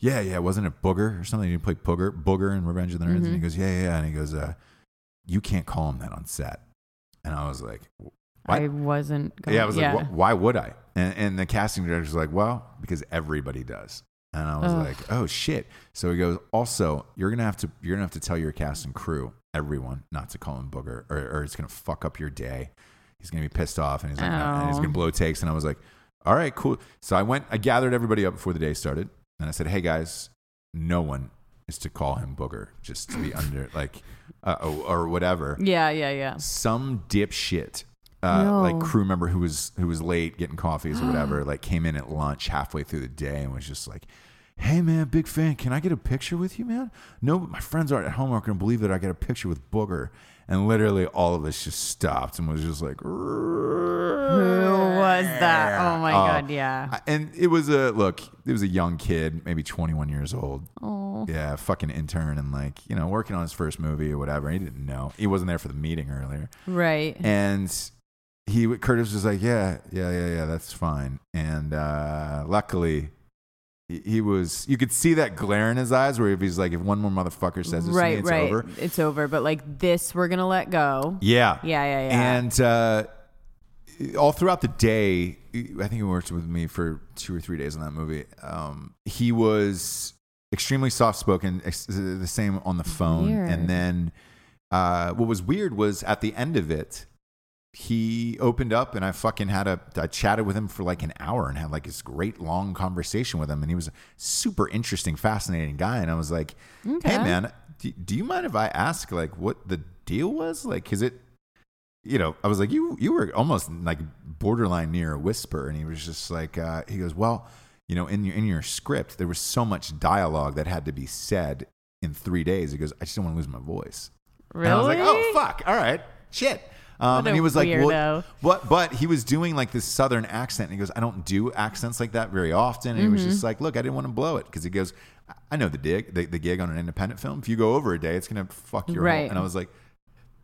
B: yeah, yeah. Wasn't it Booger or something? You play Booger, Booger in Revenge of the Nerds. And he goes, yeah, yeah. yeah. And he goes, uh, you can't call him that on set. And I was like, what?
C: I wasn't. Going,
B: yeah, I was like, "Wh- why would I? And, and the casting director was like, well, because everybody does. And I was
C: Ugh.
B: like, oh shit. So he goes, also, you're gonna have to, you're gonna have to tell your cast and crew, everyone, not to call him booger, or, or it's gonna fuck up your day. He's gonna be pissed off, and he's like, "Uh, and he's
C: Oh.
B: gonna blow takes. And I was like, all right, cool. So I went, I gathered everybody up before the day started, and I said, hey guys, no one is to call him booger, just to be under like, uh, or whatever
C: yeah, yeah, yeah.
B: some dipshit uh,
C: No.
B: like crew member who was who was late getting coffees or whatever like came in at lunch halfway through the day and was just like hey man big fan can i get a picture with you man no my friends aren't at home aren't gonna believe that i got a picture with booger and literally all of us just stopped and was just like
C: Who was that? Oh my
B: Oh.
C: god, yeah.
B: I- and it was a look it was a young kid maybe 21 years old
C: Oh,
B: yeah fucking intern and like you know working on his first movie or whatever he didn't know he wasn't there for the meeting earlier
C: right.
B: and he Curtis was like, yeah, yeah, yeah, yeah, that's fine. And uh, luckily, he, he was. You could see that glare in his eyes where if he's like, if one more motherfucker says this, to me,
C: right,
B: it's
C: right.
B: over.
C: It's over. But like this, we're gonna let go.
B: Yeah,
C: Yeah, yeah, yeah.
B: And uh, all throughout the day, I think he worked with me for two or three days on that movie. Um, he was extremely soft spoken, ex- the same on the phone. And
C: Weird.
B: then uh, what was weird was at the end of it, he opened up and I fucking had a, I chatted with him for like an hour and had like this great long conversation with him. And he was a super interesting, fascinating guy. And I was like, hey
C: Okay.
B: man, do, do you mind if I ask like what the deal was? Like, is it, you know, I was like, you, you were almost like borderline near a whisper. And he was just like, uh, he goes, well, you know, in your, in your script, there was so much dialogue that had to be said in three days. He goes, I just don't want to lose my voice.
C: Really?
B: And I was like, oh fuck, all right, shit. Um,
C: What
B: and he
C: a
B: was like, well,
C: weirdo.
B: what? But he was doing like this southern accent, and he goes, I don't do accents like that very often. And he was
C: Mm-hmm.
B: just like, look, I didn't want to blow it because he goes, I- I know the dig, the, the gig on an independent film. If you go over a day, it's gonna fuck your whole-"
C: Right.
B: And I was like.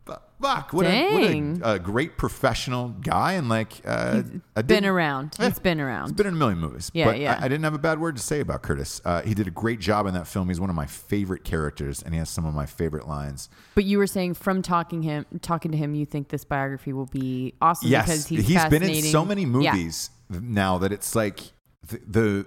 B: "Fu- Fuck! What, a, what
C: Dang.
B: a, a great professional guy, and like uh, I
C: been
B: didn't-
C: around.
B: Yeah.
C: He's been around.
B: He's been in a million movies.
C: Yeah,
B: but I-
C: yeah.
B: I, didn't have a bad word to say about Curtis. Uh, he did a great job in that film. He's one of my favorite characters, and he has some of my favorite lines.
C: But you were saying from talking him, talking to him, you think this biography will be awesome because he's
B: he's been in
C: fascinating.
B: so many
C: Yeah.
B: movies now that it's like th- the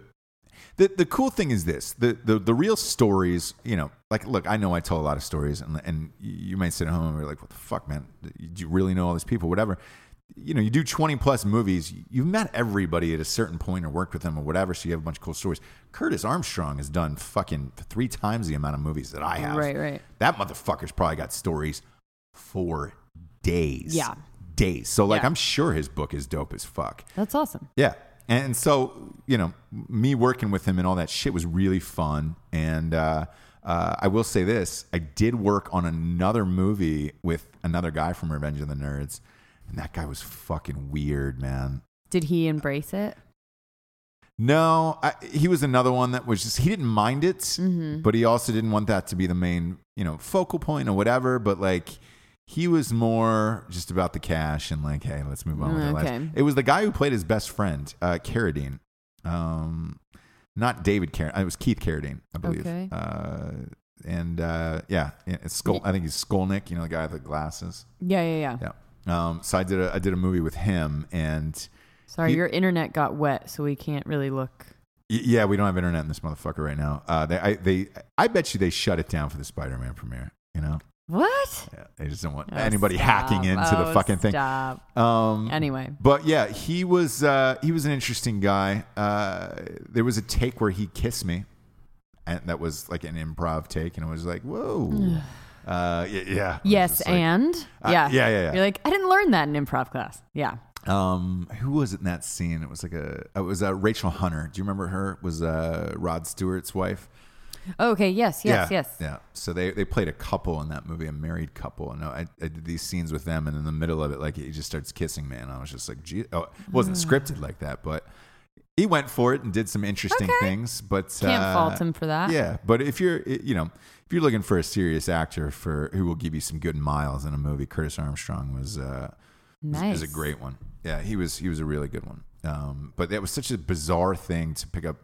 B: the the cool thing is this the, the the real stories you know like look I know I tell a lot of stories and and you might sit at home and be like what the fuck man do you really know all these people whatever you know you do 20 plus movies you've met everybody at a certain point or worked with them or whatever so you have a bunch of cool stories Curtis Armstrong has done fucking three times the amount of movies that I have
C: Right, right.
B: that motherfucker's probably got stories for days
C: Yeah.
B: days. So like
C: Yeah.
B: I'm sure his book is dope as fuck.
C: That's awesome.
B: Yeah. And so, you know, me working with him and all that shit was really fun. And uh, uh, I will say this I did work on another movie with another guy from Revenge of the Nerds. And that guy was fucking weird, man.
C: Did he embrace it?
B: No, I, he was another one that was just, he didn't mind it,
C: Mm-hmm.
B: but he also didn't want that to be the main, you know, focal point or whatever. But like, he was more just about the cash and like, hey, let's move on with our
C: Mm, Okay.
B: lives. It was the guy who played his best friend, uh, Carradine. Um, not David Carradine. It was Keith Carradine, I believe.
C: Okay.
B: Uh, and uh, yeah, yeah, it's Skol- I think he's Skolnick, you know, the guy with the glasses.
C: Yeah, yeah, yeah.
B: Yeah. Um, so I did a I did a movie with him and
C: Sorry,
B: He-
C: your internet got wet, so we can't really look.
B: Y- Yeah, we don't have internet in this motherfucker right now. Uh, they, I, they, I bet you they shut it down for the Spider-Man premiere. You know,
C: What?
B: yeah, they just don't want
C: Oh,
B: anybody
C: stop.
B: hacking into the
C: Oh,
B: fucking thing.
C: Stop.
B: Um,
C: Anyway.
B: but yeah, he was uh, he was an interesting guy. Uh, there was a take where he kissed me, and that was like an improv take, and I was like, whoa. Uh, y- yeah. I was
C: Yes,
B: just like-
C: and
B: Uh,
C: yeah.
B: yeah, yeah, yeah.
C: You're like, I didn't learn that in improv class. Yeah.
B: um, who was it in that scene? It was like a, it was uh, Rachel Hunter. Do you remember her? It was uh, Rod Stewart's wife.
C: Okay. Yes. Yes.
B: yeah,
C: Yes.
B: Yeah. So they, they played a couple in that movie, a married couple. And I, I did these scenes with them, and in the middle of it, like he just starts kissing me, and I was just like, gee, oh, it wasn't
C: Mm.
B: scripted like that, but he went for it and did some interesting things. But
C: Can't
B: uh,
C: fault him for that.
B: Yeah, but if you're i- you know if you're looking for a serious actor for who will give you some good miles in a movie, Curtis Armstrong was uh, was-
C: Nice.
B: is a great one. Yeah, he was he was a really good one. Um, but that was such a bizarre thing to pick up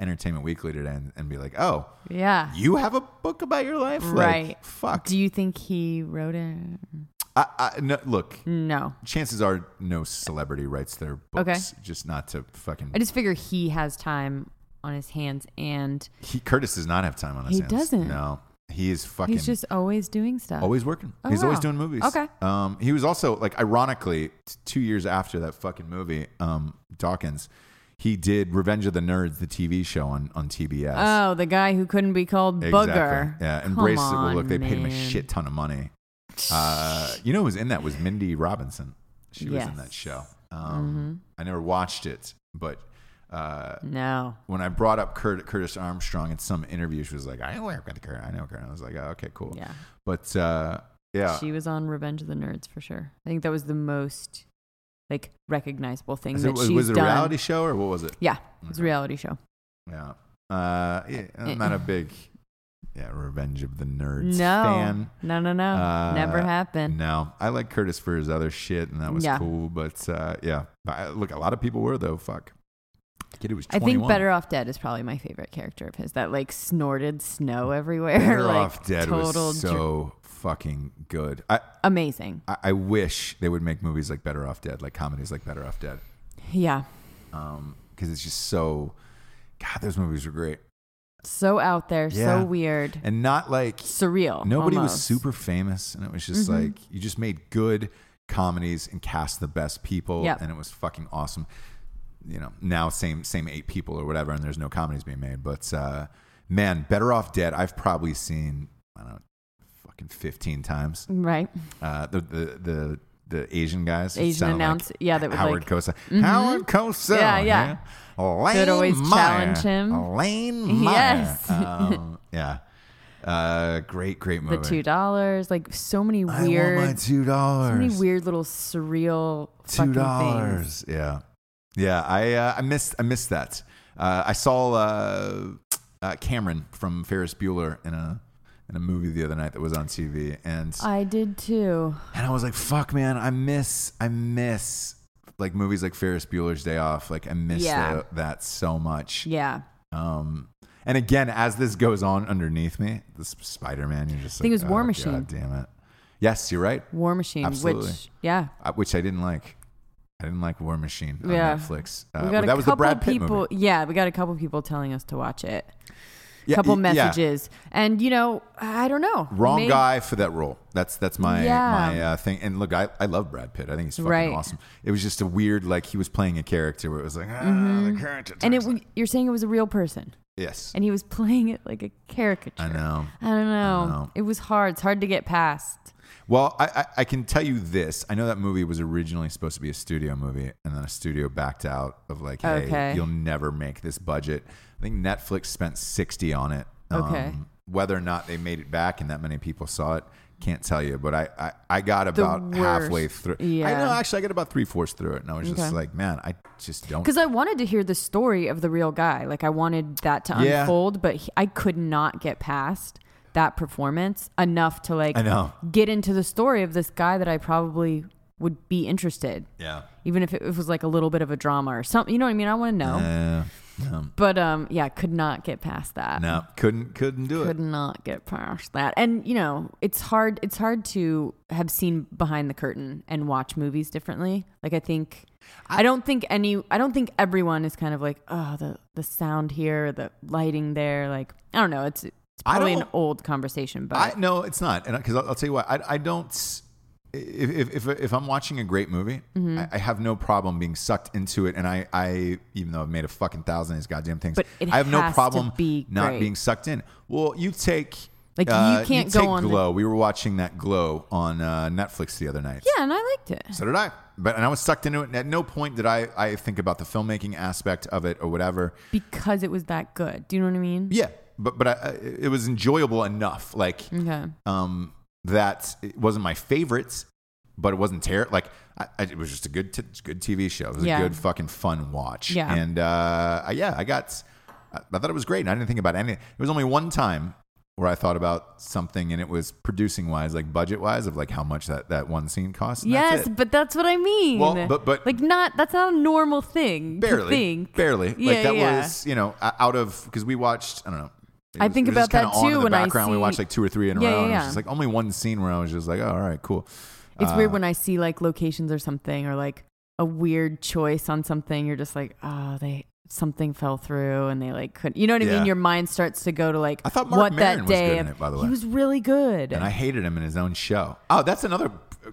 B: Entertainment Weekly today and, and be like, oh,
C: Yeah.
B: you have a book about your life, Like,
C: Right.
B: fuck.
C: Do you think he wrote it?
B: I, I, no, look,
C: No.
B: chances are no celebrity writes their
C: Okay.
B: books. Just not to fucking.
C: I just figure he has time on his hands and
B: he, Curtis does not have time on his
C: He
B: hands.
C: doesn't.
B: No, he is fucking.
C: he's just always doing stuff.
B: Always working.
C: Oh,
B: He's always
C: wow.
B: doing movies.
C: Okay.
B: Um, he was also like, ironically, t- two years after that fucking movie, um, Dawkins, he did Revenge of the Nerds, the TV show on on TBS.
C: Oh, the guy who couldn't be called Booger.
B: Yeah.
C: Come
B: And Braces will
C: on,
B: look. They paid him a
C: man.
B: shit ton of money.
C: (laughs)
B: Uh, you know who was in that was Mindy Robinson. She was in
C: Yes.
B: that show.
C: Mm-hmm.
B: Um, I never watched it, but. Uh,
C: No.
B: when I brought up Curt, Curtis Armstrong in some interview, she was like, "I work with Curtis. I know Curtis." I was like, "Oh, okay, cool."
C: Yeah.
B: But uh, yeah,
C: She was on Revenge of the Nerds for sure. I think that was the most like recognizable thing
B: Is
C: that
B: it-
C: she's
B: was it a
C: done.
B: reality show or what was it?
C: Yeah, it was a reality show.
B: Yeah. Uh, yeah, I'm not a big yeah, Revenge of the Nerds
C: no.
B: fan.
C: No, no, no.
B: Uh,
C: Never happened.
B: No, I like Curtis for his other shit, and that was
C: Yeah.
B: cool. But uh, yeah, But I- look, a lot of people were though. Fuck, kid, it was.
C: I
B: 21.
C: think Better Off Dead is probably my favorite character of his. That like snorted snow everywhere.
B: Better
C: (laughs) like,
B: Off Dead
C: total
B: was
C: dr-
B: so fucking good. I,
C: amazing.
B: I I wish they would make movies like Better Off Dead, like comedies like Better Off Dead,
C: Yeah.
B: because it's just so. God, those movies were great,
C: So out there,
B: Yeah.
C: so weird.
B: and not like
C: Surreal.
B: Nobody was
C: almost. Mm-hmm.
B: super famous, and it was just like you just made good comedies and cast the best people,
C: Yep.
B: and it was fucking awesome. You know, now same same eight people or whatever, and there's no comedies being made. But uh, man, Better Off Dead, I've probably seen I don't know, fucking fifteen times.
C: Right.
B: Uh, the the the the Asian guys, it
C: Asian
B: sounded
C: announce- yeah, that would,
B: Howard
C: like- mm-hmm.
B: Cosa, Howard Cosa,
C: Yeah, yeah.
B: Elaine
C: They'd always
B: Meyer.
C: challenge him.
B: Elaine Meyer.
C: (laughs) Yes.
B: um, yeah. Uh, great, great movie.
C: The two dollars, like so many
B: I
C: weird,
B: want my two
C: so many
B: dollars.
C: weird little surreal
B: two
C: fucking things.
B: dollars. Yeah, yeah. I uh, I missed I missed that. Uh, I saw uh, uh, Cameron from Ferris Bueller in a in a movie the other night that was on TV, and
C: I did too.
B: and I was like, fuck, man, I miss I miss like movies like Ferris Bueller's Day Off. Like I miss
C: Yeah.
B: tha- that so much.
C: Yeah,
B: Um, and again, as this goes on underneath me, this Spider Man, you're just
C: I think
B: like,
C: it was War
B: oh,
C: Machine.
B: God damn it. Yes, you're right.
C: War Machine.
B: Absolutely.
C: Which, yeah,
B: uh, which I didn't like. I didn't like War Machine on
C: Yeah.
B: Netflix. Uh,
C: we got
B: well,
C: a
B: that was the
C: couple
B: Brad Pitt
C: people.
B: movie.
C: Yeah, we got a couple people telling us to watch it.
B: Yeah,
C: couple
B: y- yeah.
C: messages, and you know, I don't know.
B: Wrong
C: Maybe-
B: guy for that role. That's that's my
C: Yeah.
B: my uh, thing. And look, I, I love Brad Pitt. I think he's fucking
C: Right.
B: awesome. It was just a weird like he was playing a character where it was like ah, the character.
C: Mm-hmm. And it,
B: turns out-
C: you're saying it was a real person,
B: yes,
C: and he was (laughs) playing it like a caricature.
B: I know.
C: I don't know.
B: know.
C: It was hard. It's hard to get past.
B: Well, I, I, I can tell you this. I know that movie was originally supposed to be a studio movie, and then a studio backed out of like, hey,
C: Okay.
B: you'll never make this budget. I think Netflix spent sixty on it. Um,
C: Okay.
B: Whether or not they made it back and that many people saw it, can't tell you. But I, I, I got
C: The
B: about halfway
C: worst.
B: through. I
C: Yeah.
B: know actually I got about three fourths through it, and I was
C: Okay.
B: just like, man, I just
C: (laughs)
B: don't.
C: Because I wanted to hear the story of the real guy. Like I wanted that to
B: Yeah.
C: unfold, but he, I could not get past that performance enough to like
B: I know.
C: get into the story of this guy that I probably would be interested.
B: Yeah.
C: Even if it, if it was like a little bit of a drama or something, you know what I mean? I want to know.
B: Uh,
C: But um, yeah, could not get past that.
B: no, couldn't couldn't do
C: Could
B: it.
C: not get past that. And you know, it's hard. It's hard to have seen behind the curtain and watch movies differently. Like I think, I, don't think any. I don't think everyone is kind of like, oh, the the sound here, the lighting there. Like I don't know. It's it's
B: I
C: probably an
B: don't-
C: old conversation, but
B: I no, it's not, and because I'll, I'll tell you what, I, I don't. If, if, if, if I'm watching a great movie,
C: Mm-hmm.
B: I, I have no problem being sucked into it, and I, I even though I've made a fucking thousand of these goddamn things,
C: But it
B: I have no
C: has to
B: problem
C: be
B: not
C: great.
B: being sucked in. Well, you take
C: Like, you
B: uh,
C: can't
B: take
C: go on the-
B: Glow. We were watching that Glow on uh, Netflix the other night.
C: yeah, and I liked it.
B: So did I. But and I was sucked into it. And at no point did I, I think about the filmmaking aspect of it or whatever.
C: because it was that good. Do you know what I mean?
B: Yeah. but but I, I- it was enjoyable enough. Like
C: Okay.
B: um, that it wasn't my favorites, but it wasn't terrible. Like I, I, it was just a good, t- good TV show. It was
C: Yeah.
B: a good fucking fun watch.
C: Yeah.
B: and uh, I- yeah, I got. I I thought it was great, and I didn't think about any. It was only one time where I thought about something, and it was producing wise, like budget wise, of like how much that that one scene cost. and that's
C: Yes,
B: it.
C: but that's what I mean.
B: Well, but- but-
C: like not that's not a normal thing. to
B: barely,
C: think.
B: barely.
C: Yeah,
B: like that
C: yeah.
B: was, you know, o- out of because we watched. I don't know. It
C: I
B: was-
C: think
B: it was just
C: about that
B: kinda on in
C: too
B: the
C: when I
B: background. we
C: see-
B: watched like two or three in a
C: Yeah,
B: row.
C: yeah,
B: and it was
C: yeah.
B: just like only one scene where I was just like, oh, all right, cool.
C: It's
B: Uh,
C: weird when I see like locations or something or like a weird choice on something. You're just like, oh, they something fell through and they like couldn't. You know what I
B: Yeah.
C: mean? Your mind starts to go to like,
B: I thought Marc
C: what
B: Maron
C: that
B: was good
C: day?
B: in
C: of-
B: it, by the way.
C: he was really good.
B: And I hated him in his own show. Oh, that's
C: (sighs)
B: another uh,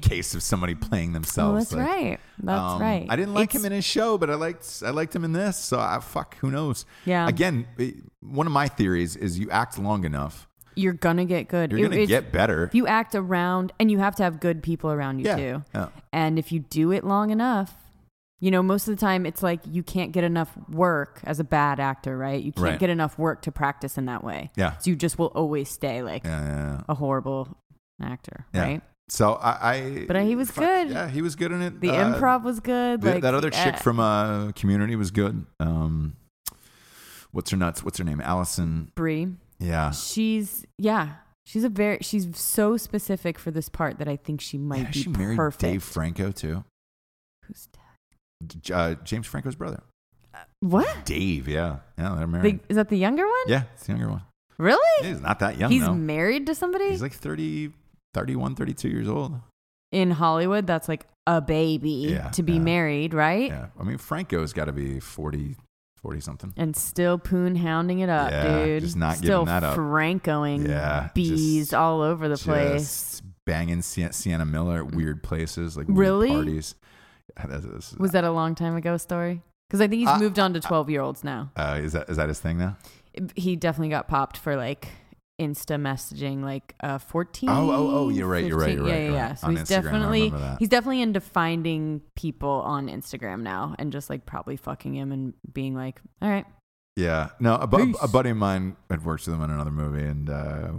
B: case of somebody playing
C: oh,
B: themselves.
C: that's
B: Like,
C: right. That's
B: um,
C: right.
B: I didn't like
C: It's-
B: him in his show, but I liked I liked him in this. So I, fuck, who knows?
C: Yeah.
B: Again, it- one of my theories is you act long enough,
C: You're gonna get good.
B: you're
C: It-
B: gonna
C: it's-
B: get better.
C: If you act around, and you have to have good people around you
B: Yeah,
C: too.
B: yeah.
C: And if you do it long enough, you know, most of the time it's like you can't get enough work as a bad actor, right? You can't
B: Right.
C: get enough work to practice in that way.
B: Yeah.
C: So you just will always stay like
B: yeah, yeah, yeah.
C: a horrible actor,
B: Yeah.
C: right?
B: So I, I
C: But uh, he was good.
B: Yeah, he was good in it.
C: The
B: Uh,
C: improv was good.
B: the-
C: like
B: that other chick
C: eh,
B: from uh, Community was good. Um, what's her nuts? What's her name? Allison.
C: Brie.
B: Yeah.
C: She's yeah. She's a very she's so specific for this part that I think she might
B: Yeah,
C: be
B: she married
C: perfect.
B: Dave Franco too.
C: Who's Dave?
B: J- Uh, James Franco's brother.
C: What?
B: Dave, yeah. Yeah, they're
C: The,
B: married.
C: is that the younger one?
B: yeah, it's the younger one.
C: Really?
B: He's not that young,
C: He's
B: though.
C: married to somebody
B: He's like 30, 31, 32 years old.
C: in Hollywood. That's like a baby
B: Yeah,
C: to be
B: yeah.
C: married, right?
B: Yeah. I mean, Franco's got to be 40, 40 something.
C: And still poon hounding it up,
B: Yeah,
C: dude.
B: just not giving
C: still
B: that up.
C: Francoing
B: Yeah,
C: bees
B: just-
C: all over the place. Mm.
B: Just banging Sien- Sienna Miller at weird places, like
C: Really?
B: weird parties. That's- that's-
C: Was that a long time ago story? Because I think he's
B: Uh,
C: moved on to twelve year olds now.
B: uh, is that is that his thing now?
C: He definitely got popped for like Insta messaging, like uh, fourteen.
B: Oh, oh, oh, you're right, you're right,
C: 15.
B: you're right,
C: Yeah,
B: you're
C: yeah. yeah.
B: right.
C: So
B: On
C: he's
B: Instagram, I
C: definitely
B: remember that.
C: he's definitely into finding people on Instagram now and just like probably fucking him and being like, all right,
B: Yeah. No, a, bu-
C: Peace.
B: a buddy of mine had worked with him in another movie, and uh,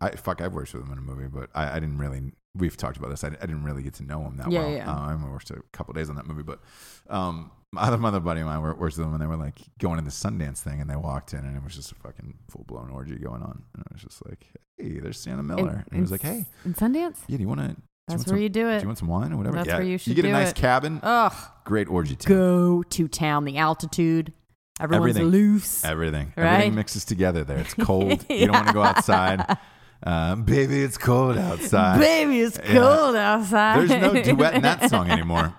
B: I fuck, I've worked with him in a movie, but I, I didn't really. We've talked about this. I, I didn't really get to know him that
C: Yeah,
B: well.
C: yeah.
B: Uh, I only worked a couple days on that movie, but um, my other, my other buddy of mine wor- works with him, and they were like going to the Sundance thing, and they walked in, and it was just a fucking full blown orgy going on, and I was just like, "Hey, there's Santa Miller," and, he was like, "Hey,
C: in Sundance,
B: yeah, do you want to?"
C: that's where you do
B: Do
C: it.
B: you want some wine or whatever?
C: That's
B: yeah,
C: where you should
B: You get
C: do
B: a nice
C: it. Oh.
B: cabin.
C: Ugh,
B: Great orgy too.
C: go to town. The altitude, everyone's
B: Everything.
C: loose.
B: Everything.
C: Right?
B: Everything mixes together there. It's
C: (laughs)
B: cold. You don't want to go outside. Um, baby, it's cold outside.
C: Baby, it's
B: Yeah.
C: cold outside.
B: There's no
C: (laughs)
B: duet in that song anymore.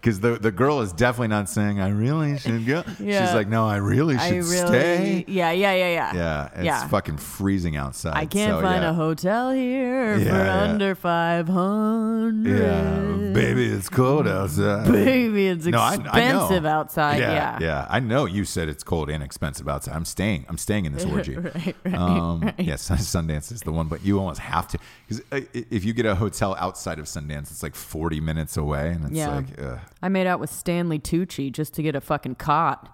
B: Because the, the girl is definitely not saying, I really should go. She's
C: Yeah.
B: like, no, I really should
C: I really,
B: stay.
C: yeah, yeah, yeah, yeah.
B: Yeah, it's
C: Yeah.
B: fucking freezing outside.
C: I can't
B: so,
C: find
B: yeah.
C: a hotel here
B: Yeah,
C: for
B: yeah.
C: under five hundred.
B: Yeah, baby, it's cold outside.
C: Baby, it's
B: No, I- I know.
C: expensive outside.
B: yeah,
C: Yeah,
B: yeah. I know you said it's cold and expensive outside. I'm staying. I'm staying in this orgy.
C: (laughs) Right, right,
B: um,
C: right.
B: Yes, (laughs) Sundance is the one, but you almost have to because if you get a hotel outside of Sundance, it's like 40 minutes away, and it's
C: Yeah.
B: like, uh, ugh.
C: I made out with Stanley Tucci just to get a fucking
B: (laughs)
C: cot.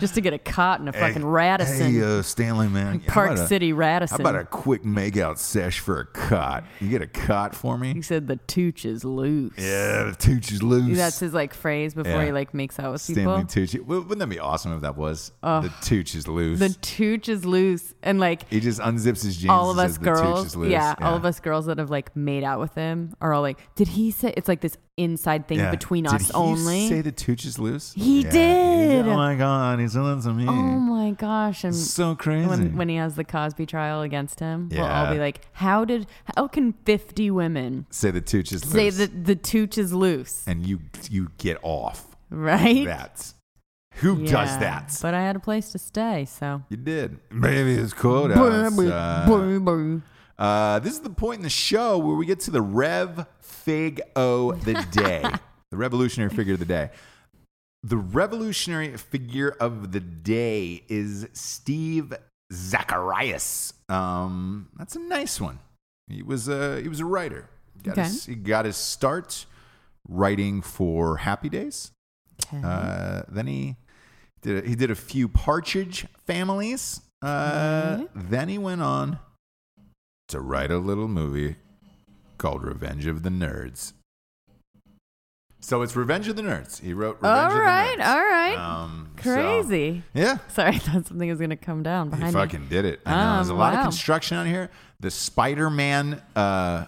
C: just to get a cot and a fucking Radisson.
B: Hey, uh, Stanley, man, how
C: Park
B: about a-
C: City
B: How
C: Radisson.
B: about a quick makeout sesh for a cot? You get a cot for
C: he
B: me?
C: said the tooch is loose.
B: Yeah, the tooch is loose.
C: That's his like phrase before
B: Yeah.
C: he like makes out with
B: Stanley
C: people.
B: Tucci. W- Wouldn't that be awesome if that was the tooch is loose?
C: the tooch is loose, and like
B: he just unzips his jeans.
C: all of
B: and
C: us
B: says, "The tooch
C: girls,
B: is loose."
C: yeah, all of us girls that have like made out with him are all like, "Did he say?" It's like this inside thing
B: Yeah.
C: between
B: Did
C: us
B: he
C: only.
B: Say the tooch is loose.
C: He
B: Yeah.
C: did.
B: He's- oh my god, he's on to me.
C: oh my gosh! And
B: so crazy.
C: Mm. when when he has the Cosby trial against him, we'll
B: Yeah.
C: all be like, "How did? How can fifty women
B: say the tooch is
C: say
B: loose,
C: that the tooch is loose?" (laughs)
B: and you you get off
C: Right?
B: that. Who does
C: Yeah.
B: that?
C: But I had a place to stay, so.
B: you did. Baby, it's cold outside.
C: Baby.
B: Uh, this is the point in the show where we get to the Rev Fig O the day, the revolutionary figure of the day. The revolutionary figure of the day is Steve Zacharias. Um, that's a nice one. He was a he was a writer. Got
C: Okay.
B: his, he got his
C: Mm-hmm.
B: start writing for Happy Days. Uh, then he Did a, he did a few Partridge Families. Uh,
C: Mm-hmm.
B: Then he went on to write a little movie called Revenge of the Nerds. So it's Revenge of the Nerds. He wrote Revenge
C: all
B: of the
C: right,
B: Nerds.
C: all right.
B: Um, so-
C: Crazy.
B: yeah.
C: Sorry, (laughs) I thought something was gonna come down
B: He
C: behind me.
B: fucking did it. I know. There's a
C: Um,
B: lot of
C: wow.
B: construction on here. The Spider Man uh,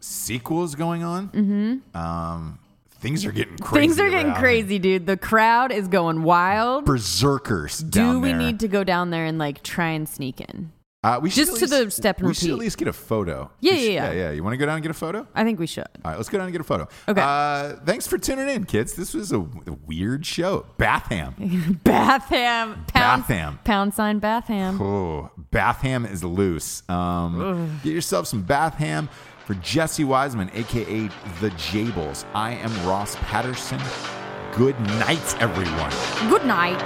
B: sequel is going on. Mm-hmm. Um, things are getting crazy.
C: Things are getting
B: around.
C: crazy, dude. The crowd is going wild.
B: Berserkers.
C: Do we need to go down there and like try and sneak in?
B: Uh, we should
C: Just
B: at
C: to the
B: least-
C: step and
B: We should at
C: repeat.
B: least get a photo.
C: Yeah,
B: We should-
C: yeah, yeah.
B: yeah. You want to go down and get a photo?
C: I think we should. (laughs)
B: All right, let's go down and get a photo.
C: Okay.
B: Uh, thanks for tuning in, kids. This was a, w- a weird show. Batham.
C: Batham. Pound,
B: Batham.
C: Pound sign
B: (laughs)
C: Batham.
B: Oh, Batham is loose. Um, get yourself some Batham. For Jesse Wiseman, aka The Jables, I am Ross Patterson. Good night, everyone.
C: Good night.